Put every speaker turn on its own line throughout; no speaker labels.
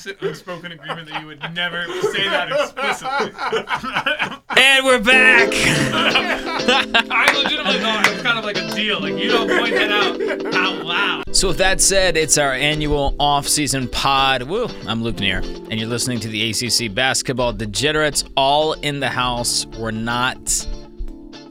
unspoken agreement that you would never say that explicitly.
And we're back.
I legitimately thought it was kind of like a deal. Like you don't point that out out loud.
so with that said, it's our annual off-season pod. Woo! I'm Luke Neer, and you're listening to the ACC Basketball Degenerates. All in the house. We're not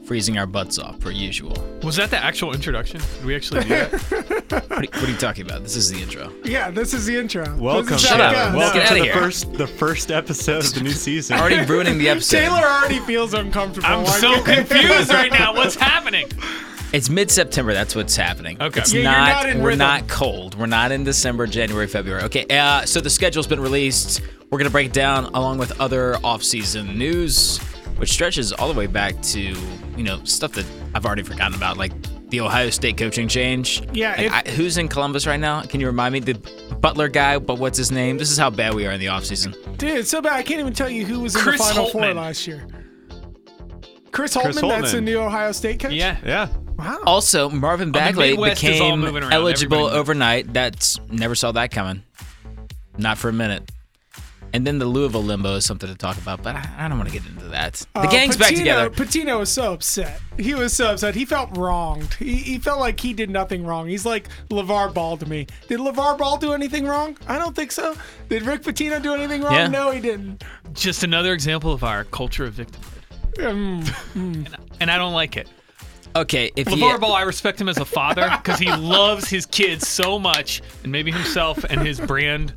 freezing our butts off per usual.
Was that the actual introduction? Did we actually do that?
What are, what are you talking about? This is the intro.
Yeah, this is the intro.
Welcome,
This is
Shut
how
up.
it goes.
Well-
welcome
Let's get outta
to the
here.
first the first episode of the new season.
Already ruining the episode.
Taylor already feels uncomfortable.
I'm
Like-
so confused right now. What's happening?
It's mid-September. That's what's happening.
Okay.
It's
Yeah,
you're
not.
not in
we're
rhythm.
not cold. We're not in December, January, February. Okay. Uh, so the schedule's been released. We're gonna break it down along with other off-season news, which stretches all the way back to you know stuff that I've already forgotten about, like the Ohio State coaching change.
Yeah,
Like,
it-
I, who's in Columbus right now? Can you remind me the Butler guy? But what's his name? This is how bad we are in the off-season.
Dude, it's so bad. I can't even tell you who was in
Chris
the Final Four
Holtman.
last year. Chris Holtman, that's
Holtman.
the new Ohio State coach?
Yeah.
yeah,
Wow.
Also, Marvin Bagley
Oh, Midwest is all
became
moving around.
eligible
Everybody-
overnight. That's never saw that coming. Not for a minute. And then the Louisville limbo is something to talk about, but I, I don't want to get into that. The
Uh,
Oh,
gang's back
Patino-
together.
Patino was so upset. He was so upset. He felt wronged. He, he felt like he did nothing wrong. He's like LeVar Ball to me. Did LeVar Ball do anything wrong? I don't think so. Did Rick Patino do anything wrong?
Yeah.
No, he didn't.
Just another example of our culture of victimhood,
Mm.
and I don't like it.
Okay, if
LeVar
you
Ball, I respect him as a father because he loves his kids so much, and maybe himself and his brand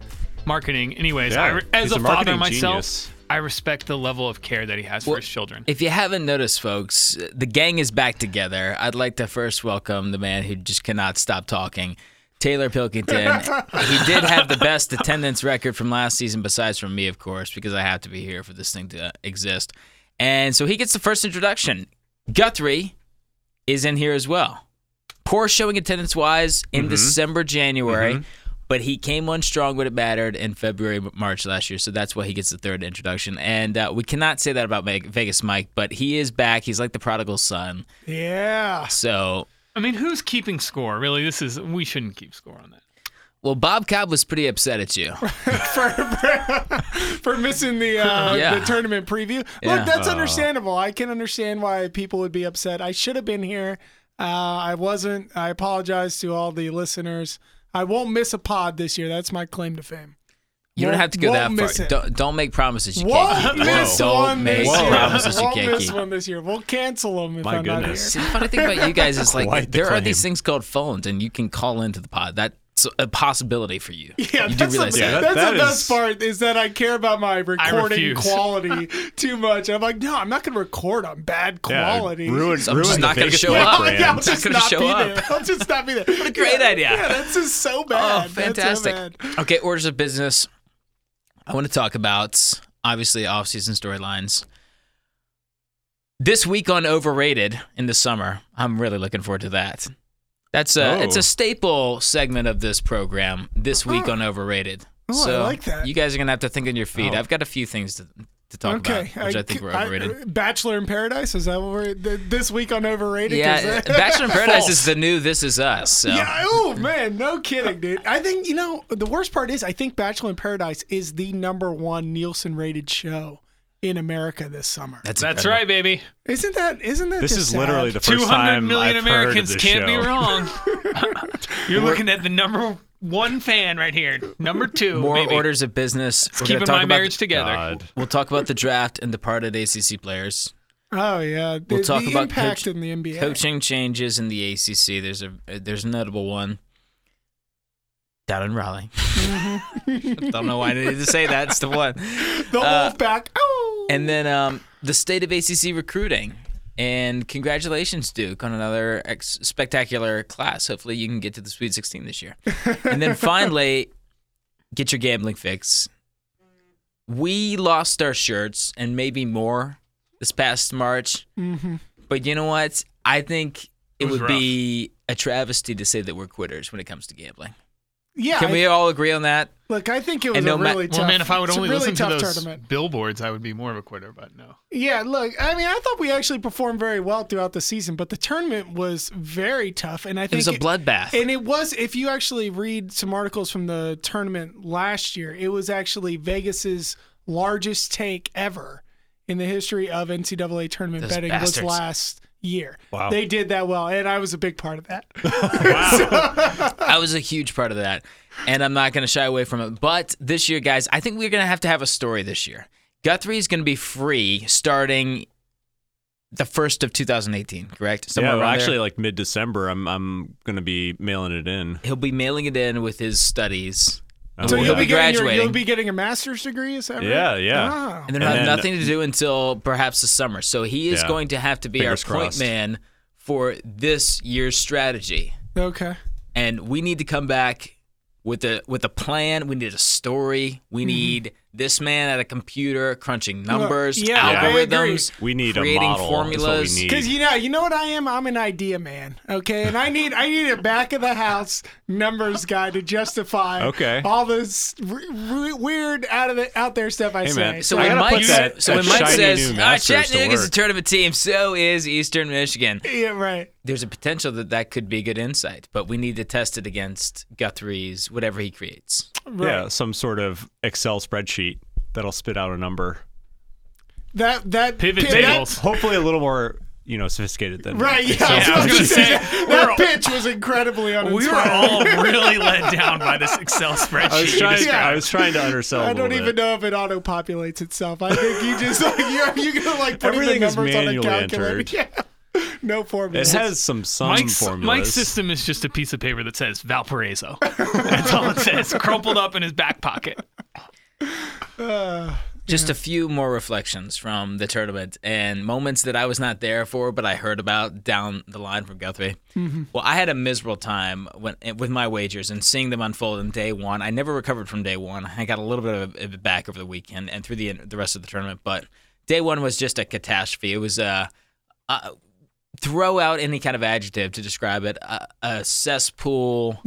marketing. Anyways,
Yeah,
I, re- as
he's
a,
a
father
marketing
myself,
genius.
I respect the level of care that he has for his children.
if you haven't noticed, folks, the gang is back together. I'd like to first welcome the man who just cannot stop talking, Taylor Pilkington. he did have the best attendance record from last season, besides from me, of course, because I have to be here for this thing to exist. And so he gets the first introduction. Guthrie is in here as well. Poor showing attendance wise in December, January, but he came on strong when it mattered in February, March last year. So that's why he gets the third introduction. And uh, we cannot say that about Meg- Vegas Mike, but he is back. He's like the prodigal son.
Yeah.
So,
I mean, who's keeping score? Really, this is we shouldn't keep score on that.
well, Bob Cobb was pretty upset at you.
for for, for missing the uh,
Yeah.
the tournament preview.
Yeah. Uh.
Look, that's understandable. I can understand why people would be upset. I should have been here. Uh, I wasn't. I apologize to all the listeners. I won't miss a pod this year. That's my claim to fame.
You don't
Won't-
have to go that
won't
far.
miss it.
Don't, don't make promises you can't
Won't
keep.
miss
don't
one
make
this year.
promises you
Won't
can't
miss
keep.
one this year. We'll cancel them if
My
I'm
goodness.
See, the funny thing about you guys is like
Quite the
there are
claim.
these things called phones, and you can call into the pod. That's a possibility for you.
not here. Yeah,
you do
that's,
realize
the,
that.
Yeah, that-
that's
that
the best
is-
part is that I care about my recording
refuse.
quality too much. I'm like, no, I'm not going to record on bad
yeah.
quality.
Ruined,
So I'm just
ruined
not
the
gonna
Vegas
show
Mike
up.
brand.
Yeah, I'll
Not
just
gonna
not
show
be
up.
there. I'll just not be there. what a
great
yeah,
idea.
Yeah, that's just so bad.
Oh, fantastic. Okay, orders of business. I want to talk about obviously off-season storylines. This week on overrated in the summer, I'm really looking forward to that. That's a
Oh.
it's a staple segment of this program. This week on overrated.
Oh, I
so
like that.
You guys are gonna have to think on your feet.
Oh.
I've got a few things to, to talk
Okay.
about, which I, think were overrated.
uh, Bachelor in Paradise is that what we're th- this week on overrated? 'Cause
yeah,
that-
Bachelor in Paradise is the new This Is Us. So.
Yeah. Oh man, no kidding, dude. I think you know the worst part is I think Bachelor in Paradise is the number one Nielsen rated show in America this summer.
That's
incredible.
right, baby.
Isn't that? Isn't that?
This
just
is
sad?
literally the
Two
first
hundred
time
million
I've heard of
Americans
this
can't
show.
be wrong. You're looking at the number one fan right here. Number two,
More
maybe.
orders of business. We're gonna
Keeping
talk
my
about-
marriage together.
God.
We'll talk about the draft and departed ACC players.
Oh yeah. The,
We'll talk
the
about
impact
coach-
in the NBA.
Coaching changes in the ACC. There's a there's a notable one down in Raleigh. Don't know why I needed to say that. It's the one.
The
Uh,
Wolfpack. Oh.
And then um, the state of ACC recruiting. And congratulations, Duke, on another ex- spectacular class. Hopefully, you can get to the Sweet 16 this year. and then finally, get your gambling fix. We lost our shirts and maybe more this past March.
Mm-hmm.
But you know what? I think it,
was
would be a travesty to say that we're quitters when it comes to gambling.
yeah.
Can
I-
we all agree on that?
look, I think it was
And no
a
ma-
really tough.
Well, man, if I would
it's a
only
really
listen to
tough
those
tournament.
billboards, I would be more of a quitter. But no,
Yeah, look, I mean, I thought we actually performed very well throughout the season, but the tournament was very tough, and I
It
think
was a bloodbath.
And it was, if you actually read some articles from the tournament last year, it was actually Vegas's largest take ever in the history of NCAA tournament
Those
betting
bastards.
was last year.
Wow.
They did that well, and I was a big part of that.
I was a huge part of that, and I'm not going to shy away from it. But this year, guys, I think we're going to have to have a story this year. Guthrie is going to be free starting the first of 2018, correct?
yeah, well,
around there.
actually, like mid December, I'm I'm gonna be mailing it in.
he'll be mailing it in with his studies,
Oh,
So
yeah.
you'll be, getting your,
graduating.
you'll be getting a master's degree, is that right? Ah,
Yeah, yeah.
Wow.
and then
And
have
then-
nothing to do until perhaps the summer. So he is
Yeah.
going to have to be
Fingers
our point
crossed.
man for this year's strategy.
Okay.
and we need to come back with a with a plan. We need a story. We need this man at a computer crunching numbers,
yeah,
I
algorithms.
We need a
creating
model. is what we
formulas.
need.
Because you know, you know what I am. I'm an idea man. Okay, and I need I need a back of the house numbers guy to justify
Okay.
all this r- r- weird out of the out there stuff I
Hey,
say.
man.
So
I
when
gotta
Mike,
put that-
so when
that
Mike
shiny
says,
new
"Ah,
masters to
Chattanooga's a
work."
tournament team, so is Eastern Michigan.
yeah, right.
There's a potential that that could be good insight, but we need to test it against Guthrie's whatever he creates.
Right.
Yeah, some sort of Excel spreadsheet that'll spit out a number.
That that
pivot
pi- that-
tables.
Hopefully, a little more you know sophisticated than
Right. Yeah.
Yeah, I was
I was
gonna
gonna say
say,
that,
we're all-
that pitch was incredibly
we
uninspired.
were all really let down by this Excel spreadsheet.
I was trying.
You just-
Yeah.
I was trying to undersell.
I
a little
don't even
bit.
know if it auto populates itself. I think you just like you're you gonna like put in the
Everything is
numbers on a
manually
calculator.
entered.
Yeah. No formula.
It has some some
Mike's,
formulas.
Mike's system is just a piece of paper that says Valparaiso. That's all it says, crumpled up in his back pocket.
Just a few more reflections from the tournament and moments that I was not there for, but I heard about down the line from Guthrie. Well, I had a miserable time when, eh, with my wagers and seeing them unfold in day one. I never recovered from day one. I got a little bit of it back over the weekend and through the the rest of the tournament, but day one was just a catastrophe. It was a, uh throw out any kind of adjective to describe it. A, a cesspool.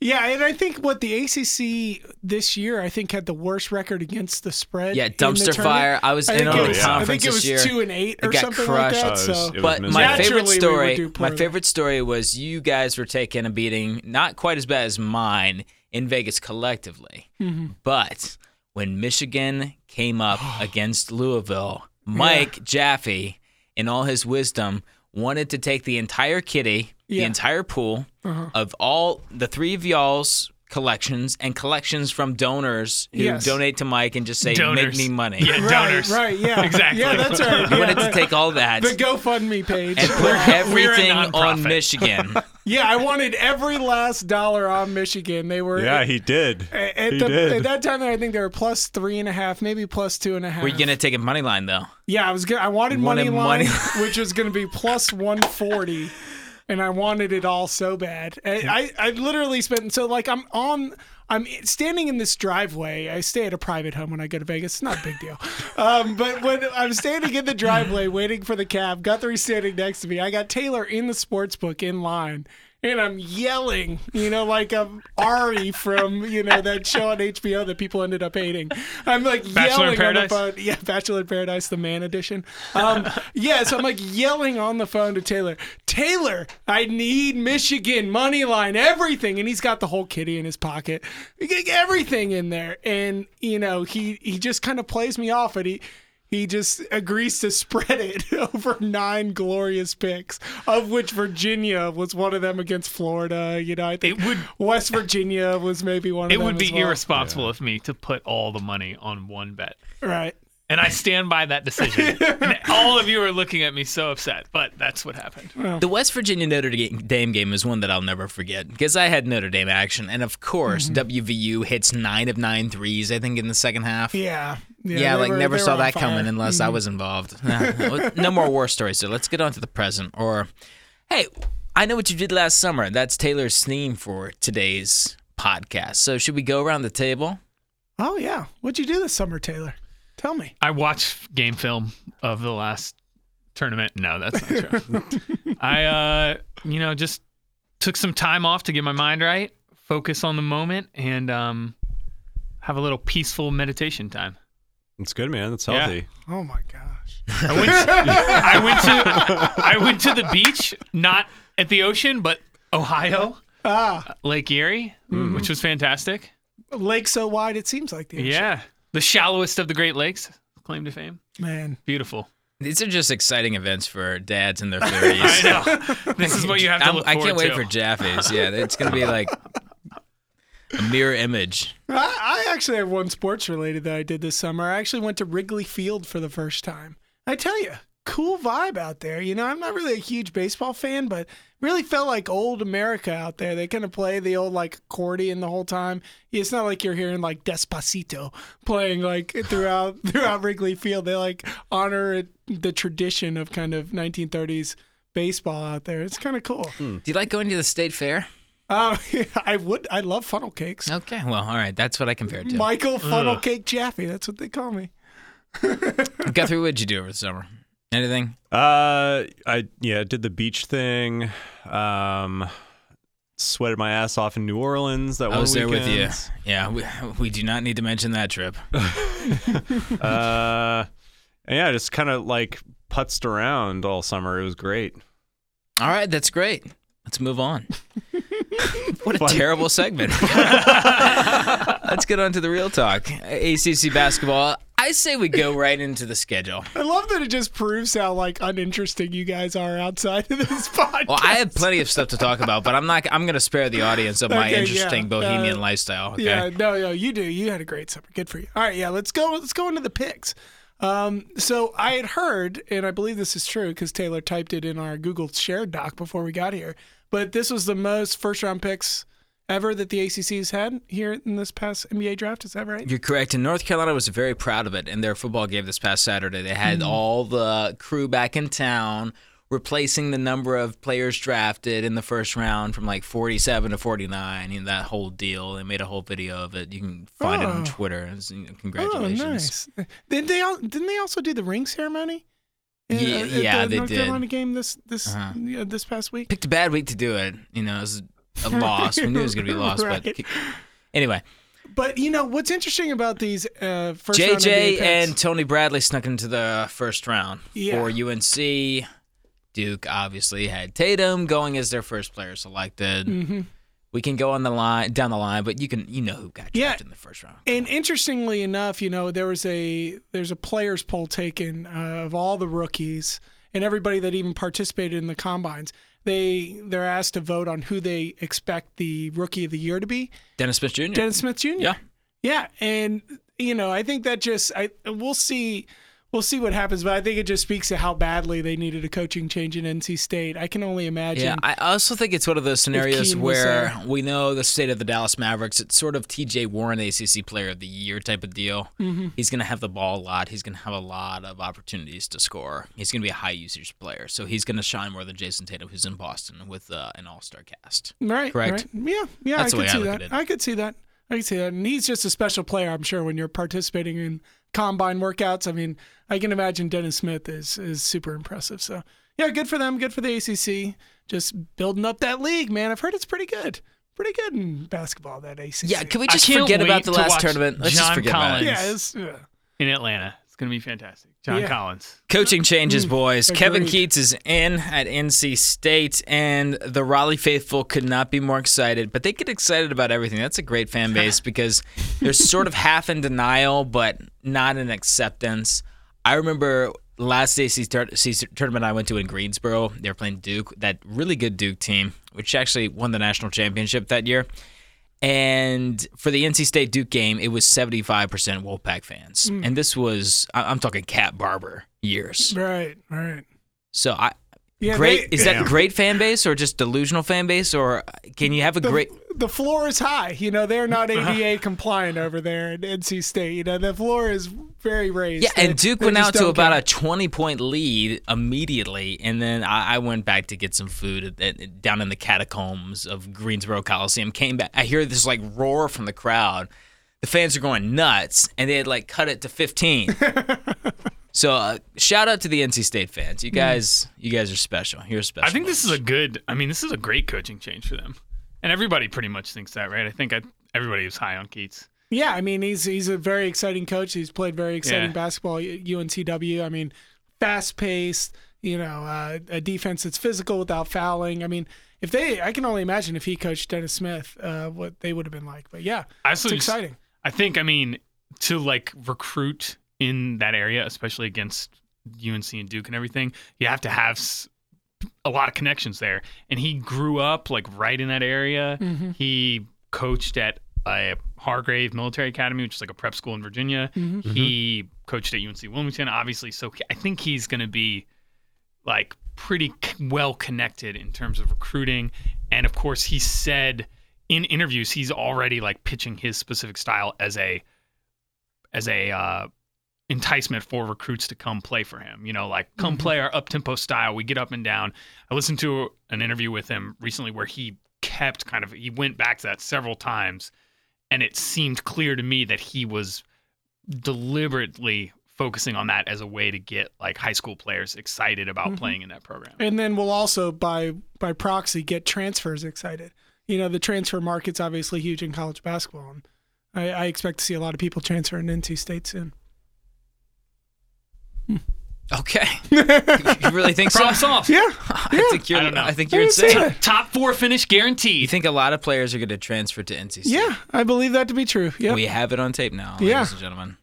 Yeah, and I think what the ACC this year, I think had the worst record against the spread.
Yeah,
in the
dumpster
tournament.
fire. I was
I
in
think,
on
it
the
was, I
conference
think it
this
was
year.
two and eight or
got
something
crushed.
like
Oh,
that.
it was-
So
it was
But my
miserable.
favorite
Naturally, we would
story,
do
my
poorly.
favorite story was you guys were taking a beating, not quite as bad as mine in Vegas collectively,
Mm-hmm.
but when Michigan came up against Louisville, Mike Jaffe, in all his wisdom, wanted to take the entire kitty, the
Yeah. Uh-huh.
entire pool of all the three of y'all's collections and collections from donors who
Yes.
donate to Mike and just say,
Donors.
"Make me money."
Yeah, donors.
Right, yeah.
Exactly.
Yeah, that's right. Yeah,
Wanted to
that-
take all that
the GoFundMe page.
and put everything on
nonprofit.
Michigan.
yeah, I wanted every last dollar on Michigan. They were
Yeah, he did.
at, at
he
the,
did.
at that time, I think they were plus three and a half, maybe plus two and a half.
Were you gonna take a money line though?
Yeah, I was. Gonna, I wanted,
Wanted
money line,
money-
which was going to be plus one forty, and I wanted it all so bad. I, I I literally spent so like I'm on. I'm standing in this driveway. I stay at a private home when I go to Vegas. It's not a big deal. Um, but when I'm standing in the driveway waiting for the cab, Guthrie's standing next to me. I got Taylor in the sports book in line. And I'm yelling, you know, like I'm Ari from, you know, that show on HBO that people ended up hating. I'm like
Bachelor in
yelling on the
Paradise?
phone phone- Yeah, Bachelor in Paradise, the man edition. Um, yeah, so I'm like yelling on the phone to Taylor, Taylor, I need Michigan, money line, everything. And he's got the whole kitty in his pocket, everything in there. And, you know, he, he just kind of plays me off and he. He just agrees to spread it over nine glorious picks, of which Virginia was one of them against Florida. You know, I think
It would-
West Virginia was maybe one of
It
them.
would be
as well.
irresponsible of me to put all the money on one bet.
Right.
And I stand by that decision. And all of you are looking at me so upset, but that's what happened.
The West Virginia Notre Dame game is one that I'll never forget because I had Notre Dame action, and of
Mm-hmm.
course WVU hits nine of nine threes. I think in the second half.
Yeah.
Yeah,
they
like
were-
never
they were
saw
on
that
fire. Mm-hmm.
coming unless I was involved. no, no more war stories. So let's get on to the present. Or, hey, I know what you did last summer. That's Taylor's theme for today's podcast. So should we go around the table?
Oh yeah, what'd you do this summer, Taylor? Tell me.
I watched game film of the last tournament. No, that's not true. I, uh, you know, just took some time off to get my mind right focus on the moment, and um, have a little peaceful meditation time.
It's good, man. That's
Yeah.
healthy.
Oh my gosh.
I went, I went to I went to the beach, not at the ocean, but Ohio,
Ah,
Lake Erie, which was fantastic.
lake so wide it seems like the ocean.
Yeah, the shallowest of the Great Lakes, claim to fame.
Man.
Beautiful.
These are just exciting events for dads and their
I
30s.
know. This is what you have to
I'm-
look
I
forward
can't wait
to.
for Jaffe's. Yeah, it's going to be like a mirror image.
I, I actually have one sports related that I did this summer. I actually went to Wrigley Field for the first time. I tell you, cool vibe out there. You know, I'm not really a huge baseball fan, but really felt like old America out there. They kind of play the old like accordion the whole time. It's not like you're hearing like Despacito playing like throughout throughout Wrigley Field. They like honor it- the tradition of kind of 1930s baseball out there. It's kind of cool.
Do you like going to the state fair?
Um, I would. I love funnel cakes.
Okay, well, all right. That's what I compared to.
Michael Funnel Cake Jaffe. That's what they call me.
Guthrie, what'd you do over the summer? Anything?
Uh, I yeah, did the beach thing. Um, sweated my ass off in New Orleans. That
I
one
was there with you.
weekend.
Yeah, we, we do not need to mention that trip.
uh, and yeah, just kind of like putzed around all summer. It was great.
All right, that's great. Let's move on. what a terrible segment. Let's get on to the real talk. ACC basketball. I say we go right into the schedule.
I love that it just proves how like uninteresting you guys are outside of this podcast.
Well, I have plenty of stuff to talk about, but I'm not. I'm going to spare the audience of my
Okay, yeah,
interesting bohemian
uh,
lifestyle. Okay.
Yeah, no, no, you do. You had a great summer. Good for you. All right, yeah, let's go. Let's go into the picks. Um, so I had heard, and I believe this is true because Taylor typed it in our Google shared doc before we got here. But this was the most first round picks ever that the ACC has had here in this past NBA draft. Is that right?
You're correct. And North Carolina was very proud of it in their football game this past Saturday. They had
Hmm.
all the crew back in town, replacing the number of players drafted in the first round from like 47 to 49, and that whole deal. They made a whole video of it. You can find it on
Oh.
Twitter. It was-
Oh,
Congratulations.
nice. Didn't they? All, didn't they also do the ring ceremony? In- uh,
Ye-
at
yeah,
the
they
North
did.
Carolina game this this
Uh-huh.
yeah, this past week.
Picked a bad week to do it. You know, it was a loss. We knew it was going to be a loss, but
Right.
anyway.
But you know what's interesting about these uh, first round NBA
JJ
picks-
and Tony Bradley snuck into the first round
Yeah.
for UNC. Duke obviously had Tatum going as their first player selected.
Mm-hmm.
We can go on the line down the line, but you can you know who got drafted
Yeah.
in the first round.
And interestingly enough, you know, there was a there's a players poll taken uh, of all the rookies and everybody that even participated in the combines. They they're asked to vote on who they expect the rookie of the year to be.
Dennis Smith Jr.
Dennis Smith Jr.
Yeah.
Yeah, and you know, I think that just I we'll see we'll see what happens, but I think it just speaks to how badly they needed a coaching change in NC State. I can only imagine.
yeah, I also think it's one of those scenarios
Keane was
where
there.
we know the state of the Dallas Mavericks. It's sort of TJ Warren, ACC Player of the Year type of deal.
Mm-hmm.
He's going to have the ball a lot. He's going to have a lot of opportunities to score. He's going to be a high usage player, so he's going to shine more than Jason Tatum, who's in Boston with uh, an All Star cast.
Right.
Correct.
right. Yeah. Yeah.
That's the
I
way
could
I
see
look
that.
at it.
I could see that. I could see that. And he's just a special player, I'm sure, when you're participating in combine workouts. I mean, I can imagine Dennis Smith is is super impressive. So yeah, good for them. Good for the ACC. Just building up that league, man. I've heard it's pretty good. Pretty good in basketball. That ACC.
Yeah, can we
I
just
can't
forget
wait
about the
to
last
watch
tournament? Let's just
John
forget about
Collins.
it.
Yeah. It's, yeah.
in Atlanta. It's gonna be fantastic. John
Yeah.
Collins.
Coaching changes, boys. Kevin
agreed.
Keats is in at NC State, and the Raleigh faithful could not be more excited. But they get excited about everything. That's a great fan base because they're sort of half in denial, but not in acceptance. I remember last ACC tur- season- tournament I went to in Greensboro. They were playing Duke, that really good Duke team, which actually won the national championship that year. And for the NC State Duke game, it was 75% Wolfpack fans. And this was, I- I'm talking Cat Barber years.
Right. Right.
So I
Yeah.
great
they-
is that great fan base or just delusional fan base or can you have a great
the floor is high. You know, they're not ADA compliant over there in NC State. You know, the floor is very raised.
yeah, and
They-
Duke
they
went
just
out to
don't
about
care.
a 20 point lead immediately. And then I, I went back to get some food at, at- down in the catacombs of Greensboro Coliseum. Came back. I hear this like roar from the crowd. The fans are going nuts. And they had like cut it to 15. so uh, shout out to the NC State fans.
Mm.
You guys, you guys are special. You're special.
I think this is a good. I mean, this is a great coaching change for them. And everybody pretty much thinks that, right? I think I, everybody was high on Keats.
Yeah, I mean he's he's a very exciting coach. He's played very exciting
Yeah.
basketball at UNCW. I mean, fast paced. You know, uh, a defense that's physical without fouling. I mean, if they, I can only imagine if he coached Dennis Smith, uh, what they would have been like. But yeah,
I
it's exciting.
I think I mean to like recruit in that area, especially against UNC and Duke and everything, you have to have s- a lot of connections there. And he grew up like right in that area. He coached at a Hargrave Military Academy, which is like a prep school in Virginia. He coached at UNC Wilmington, obviously. So I think he's going to be like pretty c- well connected in terms of recruiting. And of course, he said in interviews he's already like pitching his specific style as a as a uh, enticement for recruits to come play for him. You know, like come play our up tempo style. We get up and down. I listened to an interview with him recently where he kept kind of he went back to that several times, and it seemed clear to me that he was deliberately focusing on that as a way to get like high school players excited about playing in that program.
And then we'll also by by proxy get transfers excited. You know, the transfer market's obviously huge in college basketball, and I, I expect to see a lot of people transferring into state soon.
Okay. you really think so?
Props off.
Yeah,
I think you're.
I don't know.
I think you're
I didn't see
insane.
that.
Top four finish guaranteed.
You think a lot of players are going to transfer to NC State?
yeah, I believe that to be true. Yeah,
We have it on tape now,
Yeah.
ladies and gentlemen.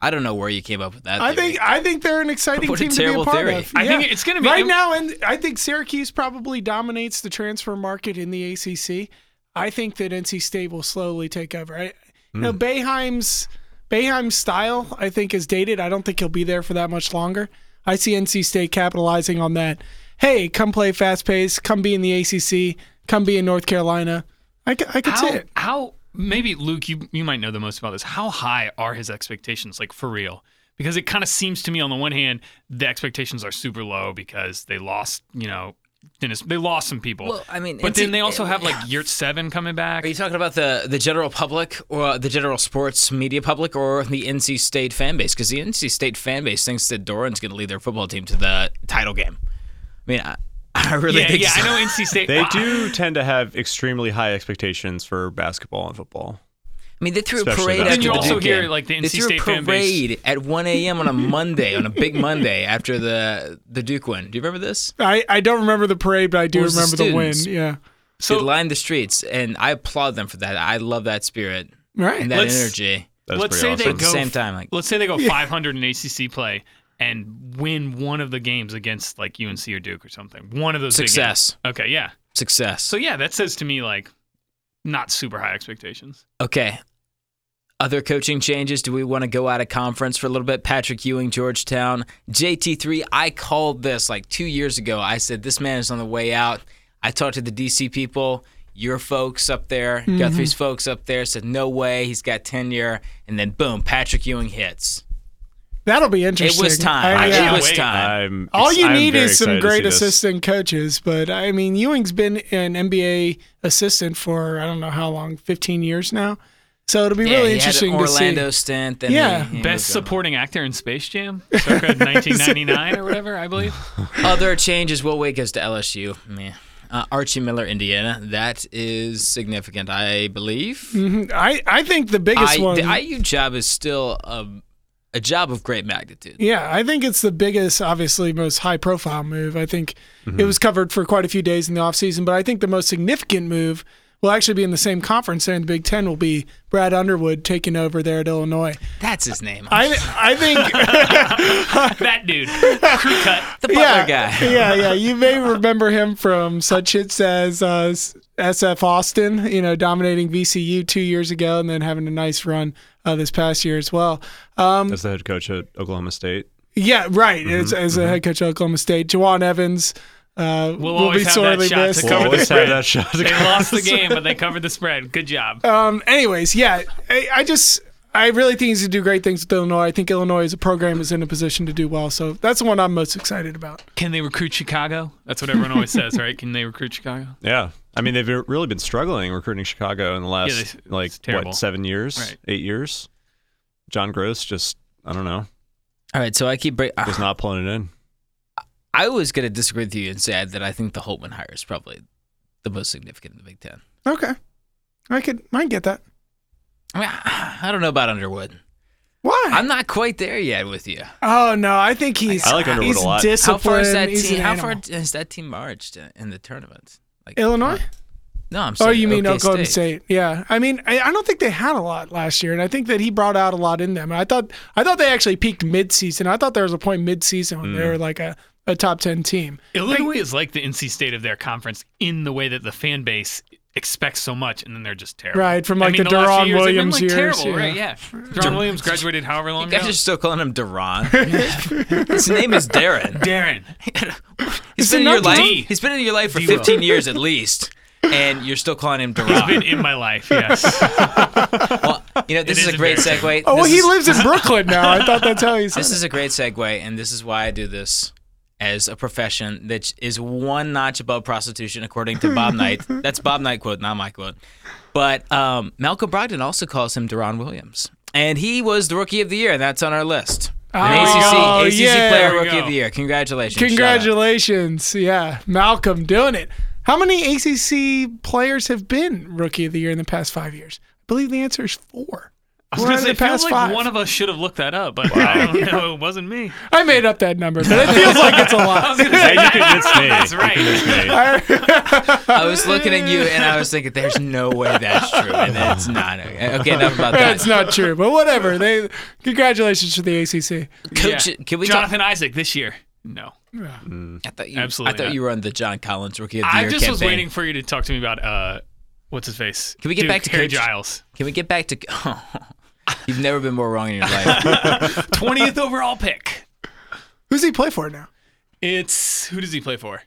I don't know where you came up with that.
I
theory.
think I think they're an exciting
What a
team to be a
terrible
part
theory.
of.
I think
Yeah.
it's gonna be-
right now, and I think Syracuse probably dominates the transfer market in the ACC. I think that NC State will slowly take over. I, You know, Bayheim's Bayheim's style, I think, is dated. I don't think he'll be there for that much longer. I see NC State capitalizing on that. Hey, come play fast pace. Come be in the ACC. Come be in North Carolina. I, c- I could see
how,
it.
how maybe Luke, you you might know the most about this. How high are his expectations, like for real? Because it kind of seems to me, on the one hand, the expectations are super low because they lost, you know, Dennis, they lost some people.
Well, I mean, eh,
but
NC
then they also have like Yurt Seven coming back.
Are you talking about the, the general public or uh, the general sports media public or the NC State fan base? Because the NC State fan base thinks that Doran's going to lead their football team to the title game. I mean, I, I really
yeah,
think
yeah,
so.
I know NC State.
They
Ah,
do tend to have extremely high expectations for basketball and football.
I mean, they threw
Especially
a parade
that.
after
Didn't you
the
also
Duke
hear,
game.
like, the
they
NC
threw
State
a
fan base-
parade at 1 a.m. on a Monday, on a big Monday after the the Duke win. Do you remember this?
I, I don't remember the parade, but I do
Or is the
remember the, win.
students?
Yeah.
So-
they lined the streets, and I applaud them for that. I love that spirit
Right.
and that
Let's-
energy.
That's
let's say
pretty
they
awesome.
go
Same time, like-
let's say they go 500 in ACC play and win one of the games against like UNC or Duke or something. One of those big games.
Success.
Okay, yeah.
Success.
So yeah, that says to me like not super high expectations.
Okay. Other coaching changes. Do we want to go out of conference for a little bit? Patrick Ewing, Georgetown, JT3. I called this like two years ago. I said, this man is on the way out. I talked to the DC people, your folks up there,
Mm-hmm.
Guthrie's folks up there, said, no way. He's got tenure. And then boom, Patrick Ewing hits.
That'll be
It
interesting.
was time.
I-
I
yeah.
can't
It was
wait.
time.
I'm,
All
ex-
you
I'm
need
very
is some
excited to
great
see this.
assistant coaches, but I mean, Ewing's been an NBA assistant for I don't know how long, 15 years now. So it'll be
yeah,
really
he
interesting
had an Orlando
to see.
stint. Then
Yeah.
he- he
Best
moved on.
supporting actor in Space Jam, circa 1999 or whatever, I believe.
Other changes. Will Wade goes to LSU. Meh. Uh, Archie Miller, Indiana. That is significant, I believe.
I, I think the biggest
I,
one.
The IU job is still a, a job of great magnitude.
yeah, I think it's the biggest, obviously, most high profile move. I think it was covered for quite a few days in the offseason, but I think the most significant move will actually be in the same conference and the Big Ten will be Brad Underwood taking over there at Illinois.
That's his name.
I, I think.
That dude, crew cut.
the Butler
yeah,
guy.
yeah, yeah. You may remember him from such hits as uh, S- SF Austin, you know, dominating VCU two years ago and then having a nice run uh, this past year as well. Um,
As the head coach at Oklahoma State.
yeah, right. As,
Mm-hmm,
as a head coach at Oklahoma State, Jawan Evans uh,
We'll
will be
always have that
sorely
shot to
missed.
Cover
We'll
the
always
spread.
have that shot.
They lost the game, but they covered the spread. Good job.
Um, anyways, yeah, I, I just. I really think he's going to do great things with Illinois. I think Illinois as a program is in a position to do well. So that's the one I'm most excited about.
Can they recruit Chicago? That's what everyone always says, right? Can they recruit Chicago?
Yeah. I mean, they've been- really been struggling recruiting Chicago in the
Yeah,
last
they- it's
like
terrible.
what seven years,
Right.
eight years. John Gross just I don't know
All right, so I keep. Break-
was not pulling it in.
I was going to disagree with you and say that I think the Holtman hire is probably the most significant in the Big Ten.
Okay. I could I can get that.
I mean, I I don't know about Underwood.
Why?
I'm not quite there yet with you.
oh no, I think he's
I like Underwood
he's
a lot.
disciplined.
How far is that
he's
team?
an
How
animal.
far has that team marched in the tournament? Like
Illinois?
No, I'm saying.
Oh, you mean
OK
Oklahoma State. Yeah. I mean, I, I don't think they had a lot last year, and I think that he brought out a lot in them. I thought I thought they actually peaked midseason. I thought there was a point midseason when they were like a, a top ten team.
Illinois is like the NC State of their conference in the way that the fan base expects so much, and then they're just terrible.
Right, from,
I
like,
mean,
the
last few years, they've been,
Deron Williams
like,
years,
terrible,
yeah.
right? Yeah, Deron Williams graduated however long
You guys
ago.
are still calling him Duran. His name is Darren.
Darren,
It's
He's been in your
another
life.
D.
He's been in your life for
D-Will.
15 years at least, and you're still calling him
he's been
Duran.
in my life. Yes,
Well, you know this
It
is,
is
a great
embarrassing.
segue.
Oh, well,
this
he
is,
lives in Brooklyn now. I thought that's how he said
This
it.
is a great segue, and this is why I do this as a profession that is one notch above prostitution, according to Bob Knight. That's Bob Knight quote, not my quote. But um, Malcolm Brogdon also calls him Deron Williams, and he was the Rookie of the Year, and that's on our list. An
Oh,
ACC, ACC
yeah.
There
Player
we
Rookie
go.
of the Year. Congratulations. Shout out.
Congratulations. Yeah. Malcolm doing it. How many ACC players have been rookie of the year in the past five years? I believe the answer is four.
I was
Four out
gonna
of
say,
the
it feels
past
like
five.
one of us should have looked that up, but I don't know. It wasn't me.
I made up that number, but it feels like it's a
I
lot.
was gonna say
Hey, you convinced me.
That's right.
You convinced me.
I was looking at you and I was thinking, there's no way that's true. And then it's not. Okay, enough about that.
That's not true, but whatever. They congratulations to the ACC.
Coach,
Yeah.
can we
Jonathan Isaac this year? No,
talk? I thought you,
Absolutely
I thought
not.
you were on the John Collins Rookie of the
I
Year
just
campaign.
was waiting for you to talk to me about uh, what's his face.
Can we get
Dude,
back to
Harry
Coach-
Giles?
Can we get back to? you've never been more wrong in your life.
Twentieth overall pick.
Who's he play for now?
It's who does he play for?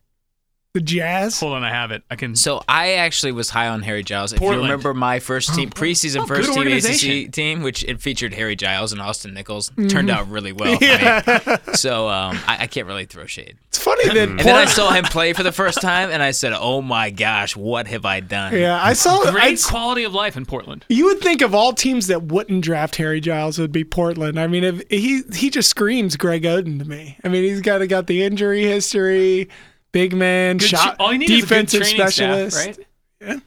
The Jazz.
Hold on, I have it. I can.
So I actually was high on Harry Giles. If
Portland.
you remember my first team preseason
Oh, good
first team ACC
organization. Mm-hmm.
team, which it featured Harry Giles and Austin Nichols, turned out really well. for me.
Yeah.
So um, I, I can't really throw shade.
It's funny that.
And then I saw him play for the first time, and I said, "Oh my gosh, what have I done?"
yeah, I saw. I,
Great quality of life in Portland.
you would think of all teams that wouldn't draft Harry Giles would be Portland. I mean, if, he he just screams Greg Oden to me. I mean, he's got got the injury history, big man,
Good
shot,
tr- all you need
defensive
is a good training
specialist.
Staff, right?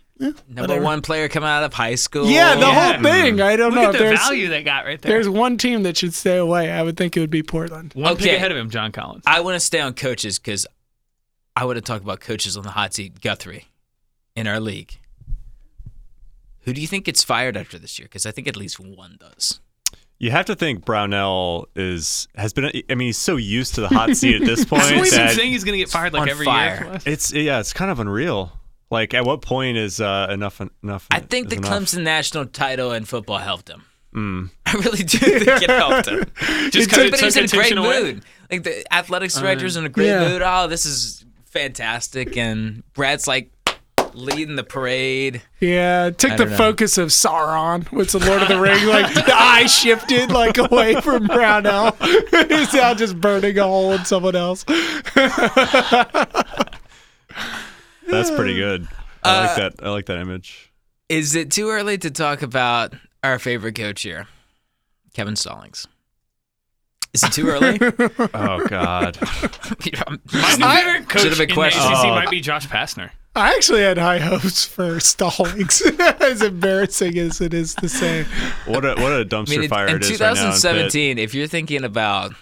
Number one player coming out of high school.
Yeah, the
Oh, Yeah.
whole thing. I don't
Look
know.
at the
If there's
value they got right there.
there's one team that should stay away. I would think it would be Portland.
One
Okay.
pick ahead of him, John Collins.
I want to stay on coaches because I want to talk about coaches on the hot seat. Guthrie in our league. Who do you think gets fired after this year? Because I think at least one does.
You have to think Brownell is has been. I mean, he's so used to the hot seat at this point
Hasn't we been
that
saying he's going to get fired
on
like every
fire.
year? for us?
it's yeah, it's kind of unreal. Like, at what point is uh, enough enough?
I think
is
the
enough?
Clemson national title in football helped him. I really do think it helped him.
Just
But
because it
he's
took attention
in a great
away.
mood. Like the athletics director's in a great
yeah.
mood. Oh, this is fantastic. And Brad's like leading the parade.
Yeah, it took the
don't know.
focus of Sauron with the Lord of the Ring. Like the eye shifted like away from Brownell. He's now just burning a hole in someone else.
That's pretty good. I
Uh,
like that. I like that image.
Is it too early to talk about our favorite coach here, Kevin Stallings? Is it too early?
Oh God.
My favorite coach
Should have
in the
been
ACC
questioned.
Oh.
might be Josh Pastner.
I actually had high hopes for Stallings, as embarrassing as it is to say.
What a what a dumpster
I mean,
fire
in,
it
in
is right now. in Pitt.
2017, if you're thinking about,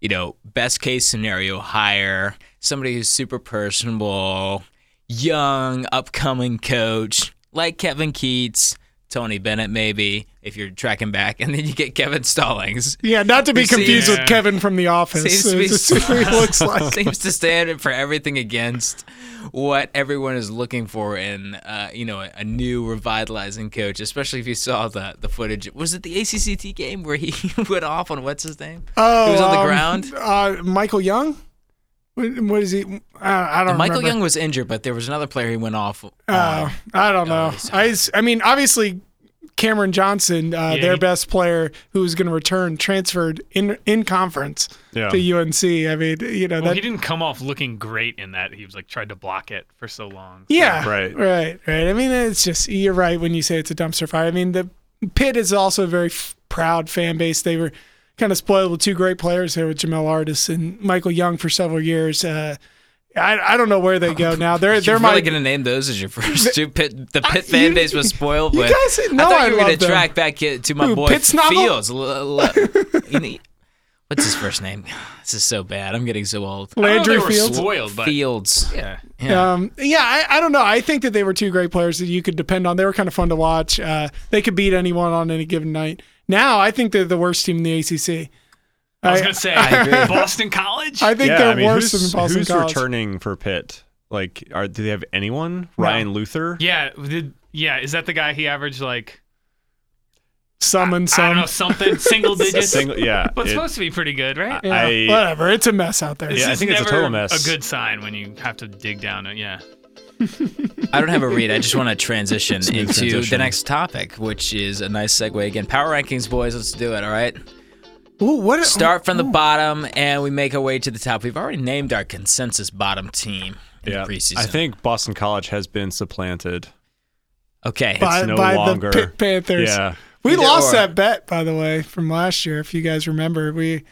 you know, best case scenario, hire somebody who's super personable, young, upcoming coach like Kevin Keats, Tony Bennett, maybe if you're tracking back, and then you get Kevin Stallings.
Yeah, not to be
It seems-
confused with Kevin from The Office.
Seems to be-
It's just what he looks like.
seems to stand for everything against what everyone is looking for in uh, you know a, a new revitalizing coach especially if you saw the the footage was it the ACCT game where he went off on what's his name
Oh,
He was on the
um,
ground?
Uh, Michael Young. What, what is he? Uh, I, I don't.
Michael
remember.
Young was injured but there was another player he went off on.
Uh, I don't know. I, s- I mean, obviously, Cameron Johnson, uh, their
he-
best player who was going to return, transferred in in conference
Yeah.
to UNC. I mean, you know
Well,
that.
he didn't come off looking great in that. He was like tried to block it for so long.
yeah,
Right.
right, right. I mean, it's just you're right when you say it's a dumpster fire. I mean, the Pitt is also a very f- proud fan base. They were kind of spoiled with two great players there with Jamel Artis and Michael Young for several years. Uh, I, I don't know where they go now. They're
You're
they're
really
my
gonna name those as your first two pit. The pit
you-
fan base was spoiled
you
with.
guys know
I thought
I
you were gonna
love them.
track back it to my
Who,
boy
Pitt Snovel?
Fields. L- l- you know- what's his first name? This is so bad. I'm getting so old.
I don't know if they
Landry
were
Fields.
spoiled, but
Fields. Yeah. yeah.
Um, yeah, I, I don't know. I think that they were two great players that you could depend on. They were kind of fun to watch. Uh, they could beat anyone on any given night. Now I think they're the worst team in the ACC.
I was gonna say
agree.
Boston College.
I think
yeah,
they're
I mean,
worse
who's,
than Boston
who's
College.
returning for Pitt? Like, are do they have anyone? Ryan Luther?
yeah, did, yeah. Is that the guy he averaged like
Summon
I don't
some.
know something single
A
digits?
single, yeah.
but
it-
supposed to be pretty good, right?
Yeah,
I-
whatever. It's a mess out there.
This
Yeah, I
is
think it's a
never
total mess.
A good sign when you have to dig down. It. Yeah.
I don't have a read. I just want to transition into the
transition.
next topic, which is a nice segue again. Power rankings, boys. Let's do it. All right.
Ooh, what?
Start from the bottom, and we make our way to the top. We've already named our consensus bottom team in
yeah.
the preseason.
I think Boston College has been supplanted.
Okay.
by,
no
by
longer-
the Pitt Panthers.
Yeah.
We
Either
lost
or.
that bet, by the way, from last year. If you guys remember, we,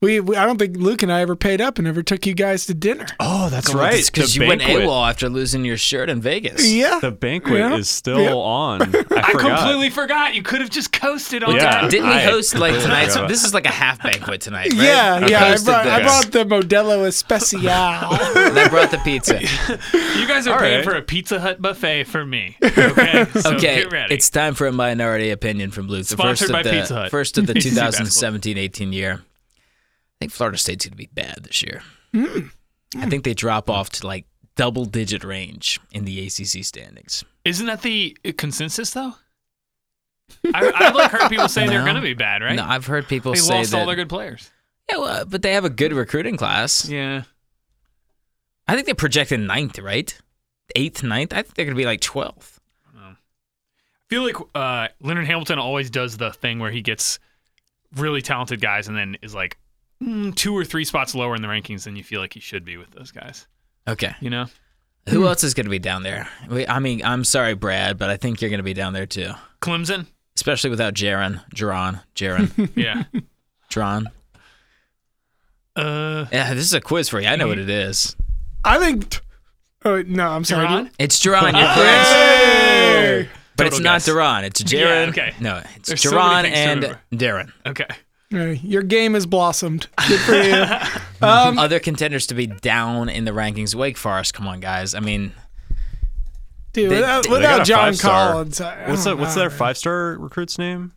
we, we I don't think Luke and I ever paid up and ever took you guys to dinner.
Oh, that's
Because
The
you went
banquet-
AWOL after losing your shirt in Vegas.
Yeah,
The banquet
Yeah.
is still
Yeah.
on. I,
I
forgot.
completely forgot. You could have just coasted on
Yeah.
that.
Didn't we
I
host like
completely
tonight?
forgot.
this is like a half banquet tonight. Right?
yeah,
We
yeah. I
hosted
brought, I
this.
brought the Modelo Especial.
And I brought the pizza.
You guys are
All
paying
right.
for a Pizza Hut buffet for me. Okay. So
Okay,
Get ready.
it's time for a minority opinion from Luke. The
Sponsored
first
by
of the
Pizza Hut.
first of the
Pizza
2017-18 year. I think Florida State's going to be bad this year. I think they drop off to like double-digit range in the ACC standings.
Isn't that the consensus though? I, I've like heard people say they're
No.
going to be bad, right?
No, I've heard people
they
say
lost
that.
all their good players.
yeah, well, but they have a good recruiting class.
Yeah.
I think they're projected ninth, right? Eighth, ninth. I think they're going to be like twelfth.
I feel like uh, Leonard Hamilton always does the thing where he gets really talented guys and then is like mm, two or three spots lower in the rankings than you feel like he should be with those guys.
Okay.
You know?
Who else is going to be down there? We- I mean, I'm sorry, Brad, but I think you're going to be down there too,
Clemson?
especially without Jaron, Jaron, Jaron,
Yeah.
Jaron.
uh,
Yeah, this is a quiz for you. I know
Mm-hmm.
what it is.
I think. Oh no, I'm sorry.
Duran?
It's Jaron. You're correct,
Hey!
but it's
Total
not
guess.
Jaron. It's Jaron.
Yeah, okay.
No, it's
There's so
Jaron
many things to
and Darren.
Okay.
Hey, Your game has blossomed. Good for you. Um,
Other contenders to be down in the rankings. Wake Forest. Come on, guys. I mean,
dude,
They-
without,
they-
They
without
got a
John
five-star.
Collins, I, I
What's
don't
that? What's
know,
their
man.
five star recruit's name?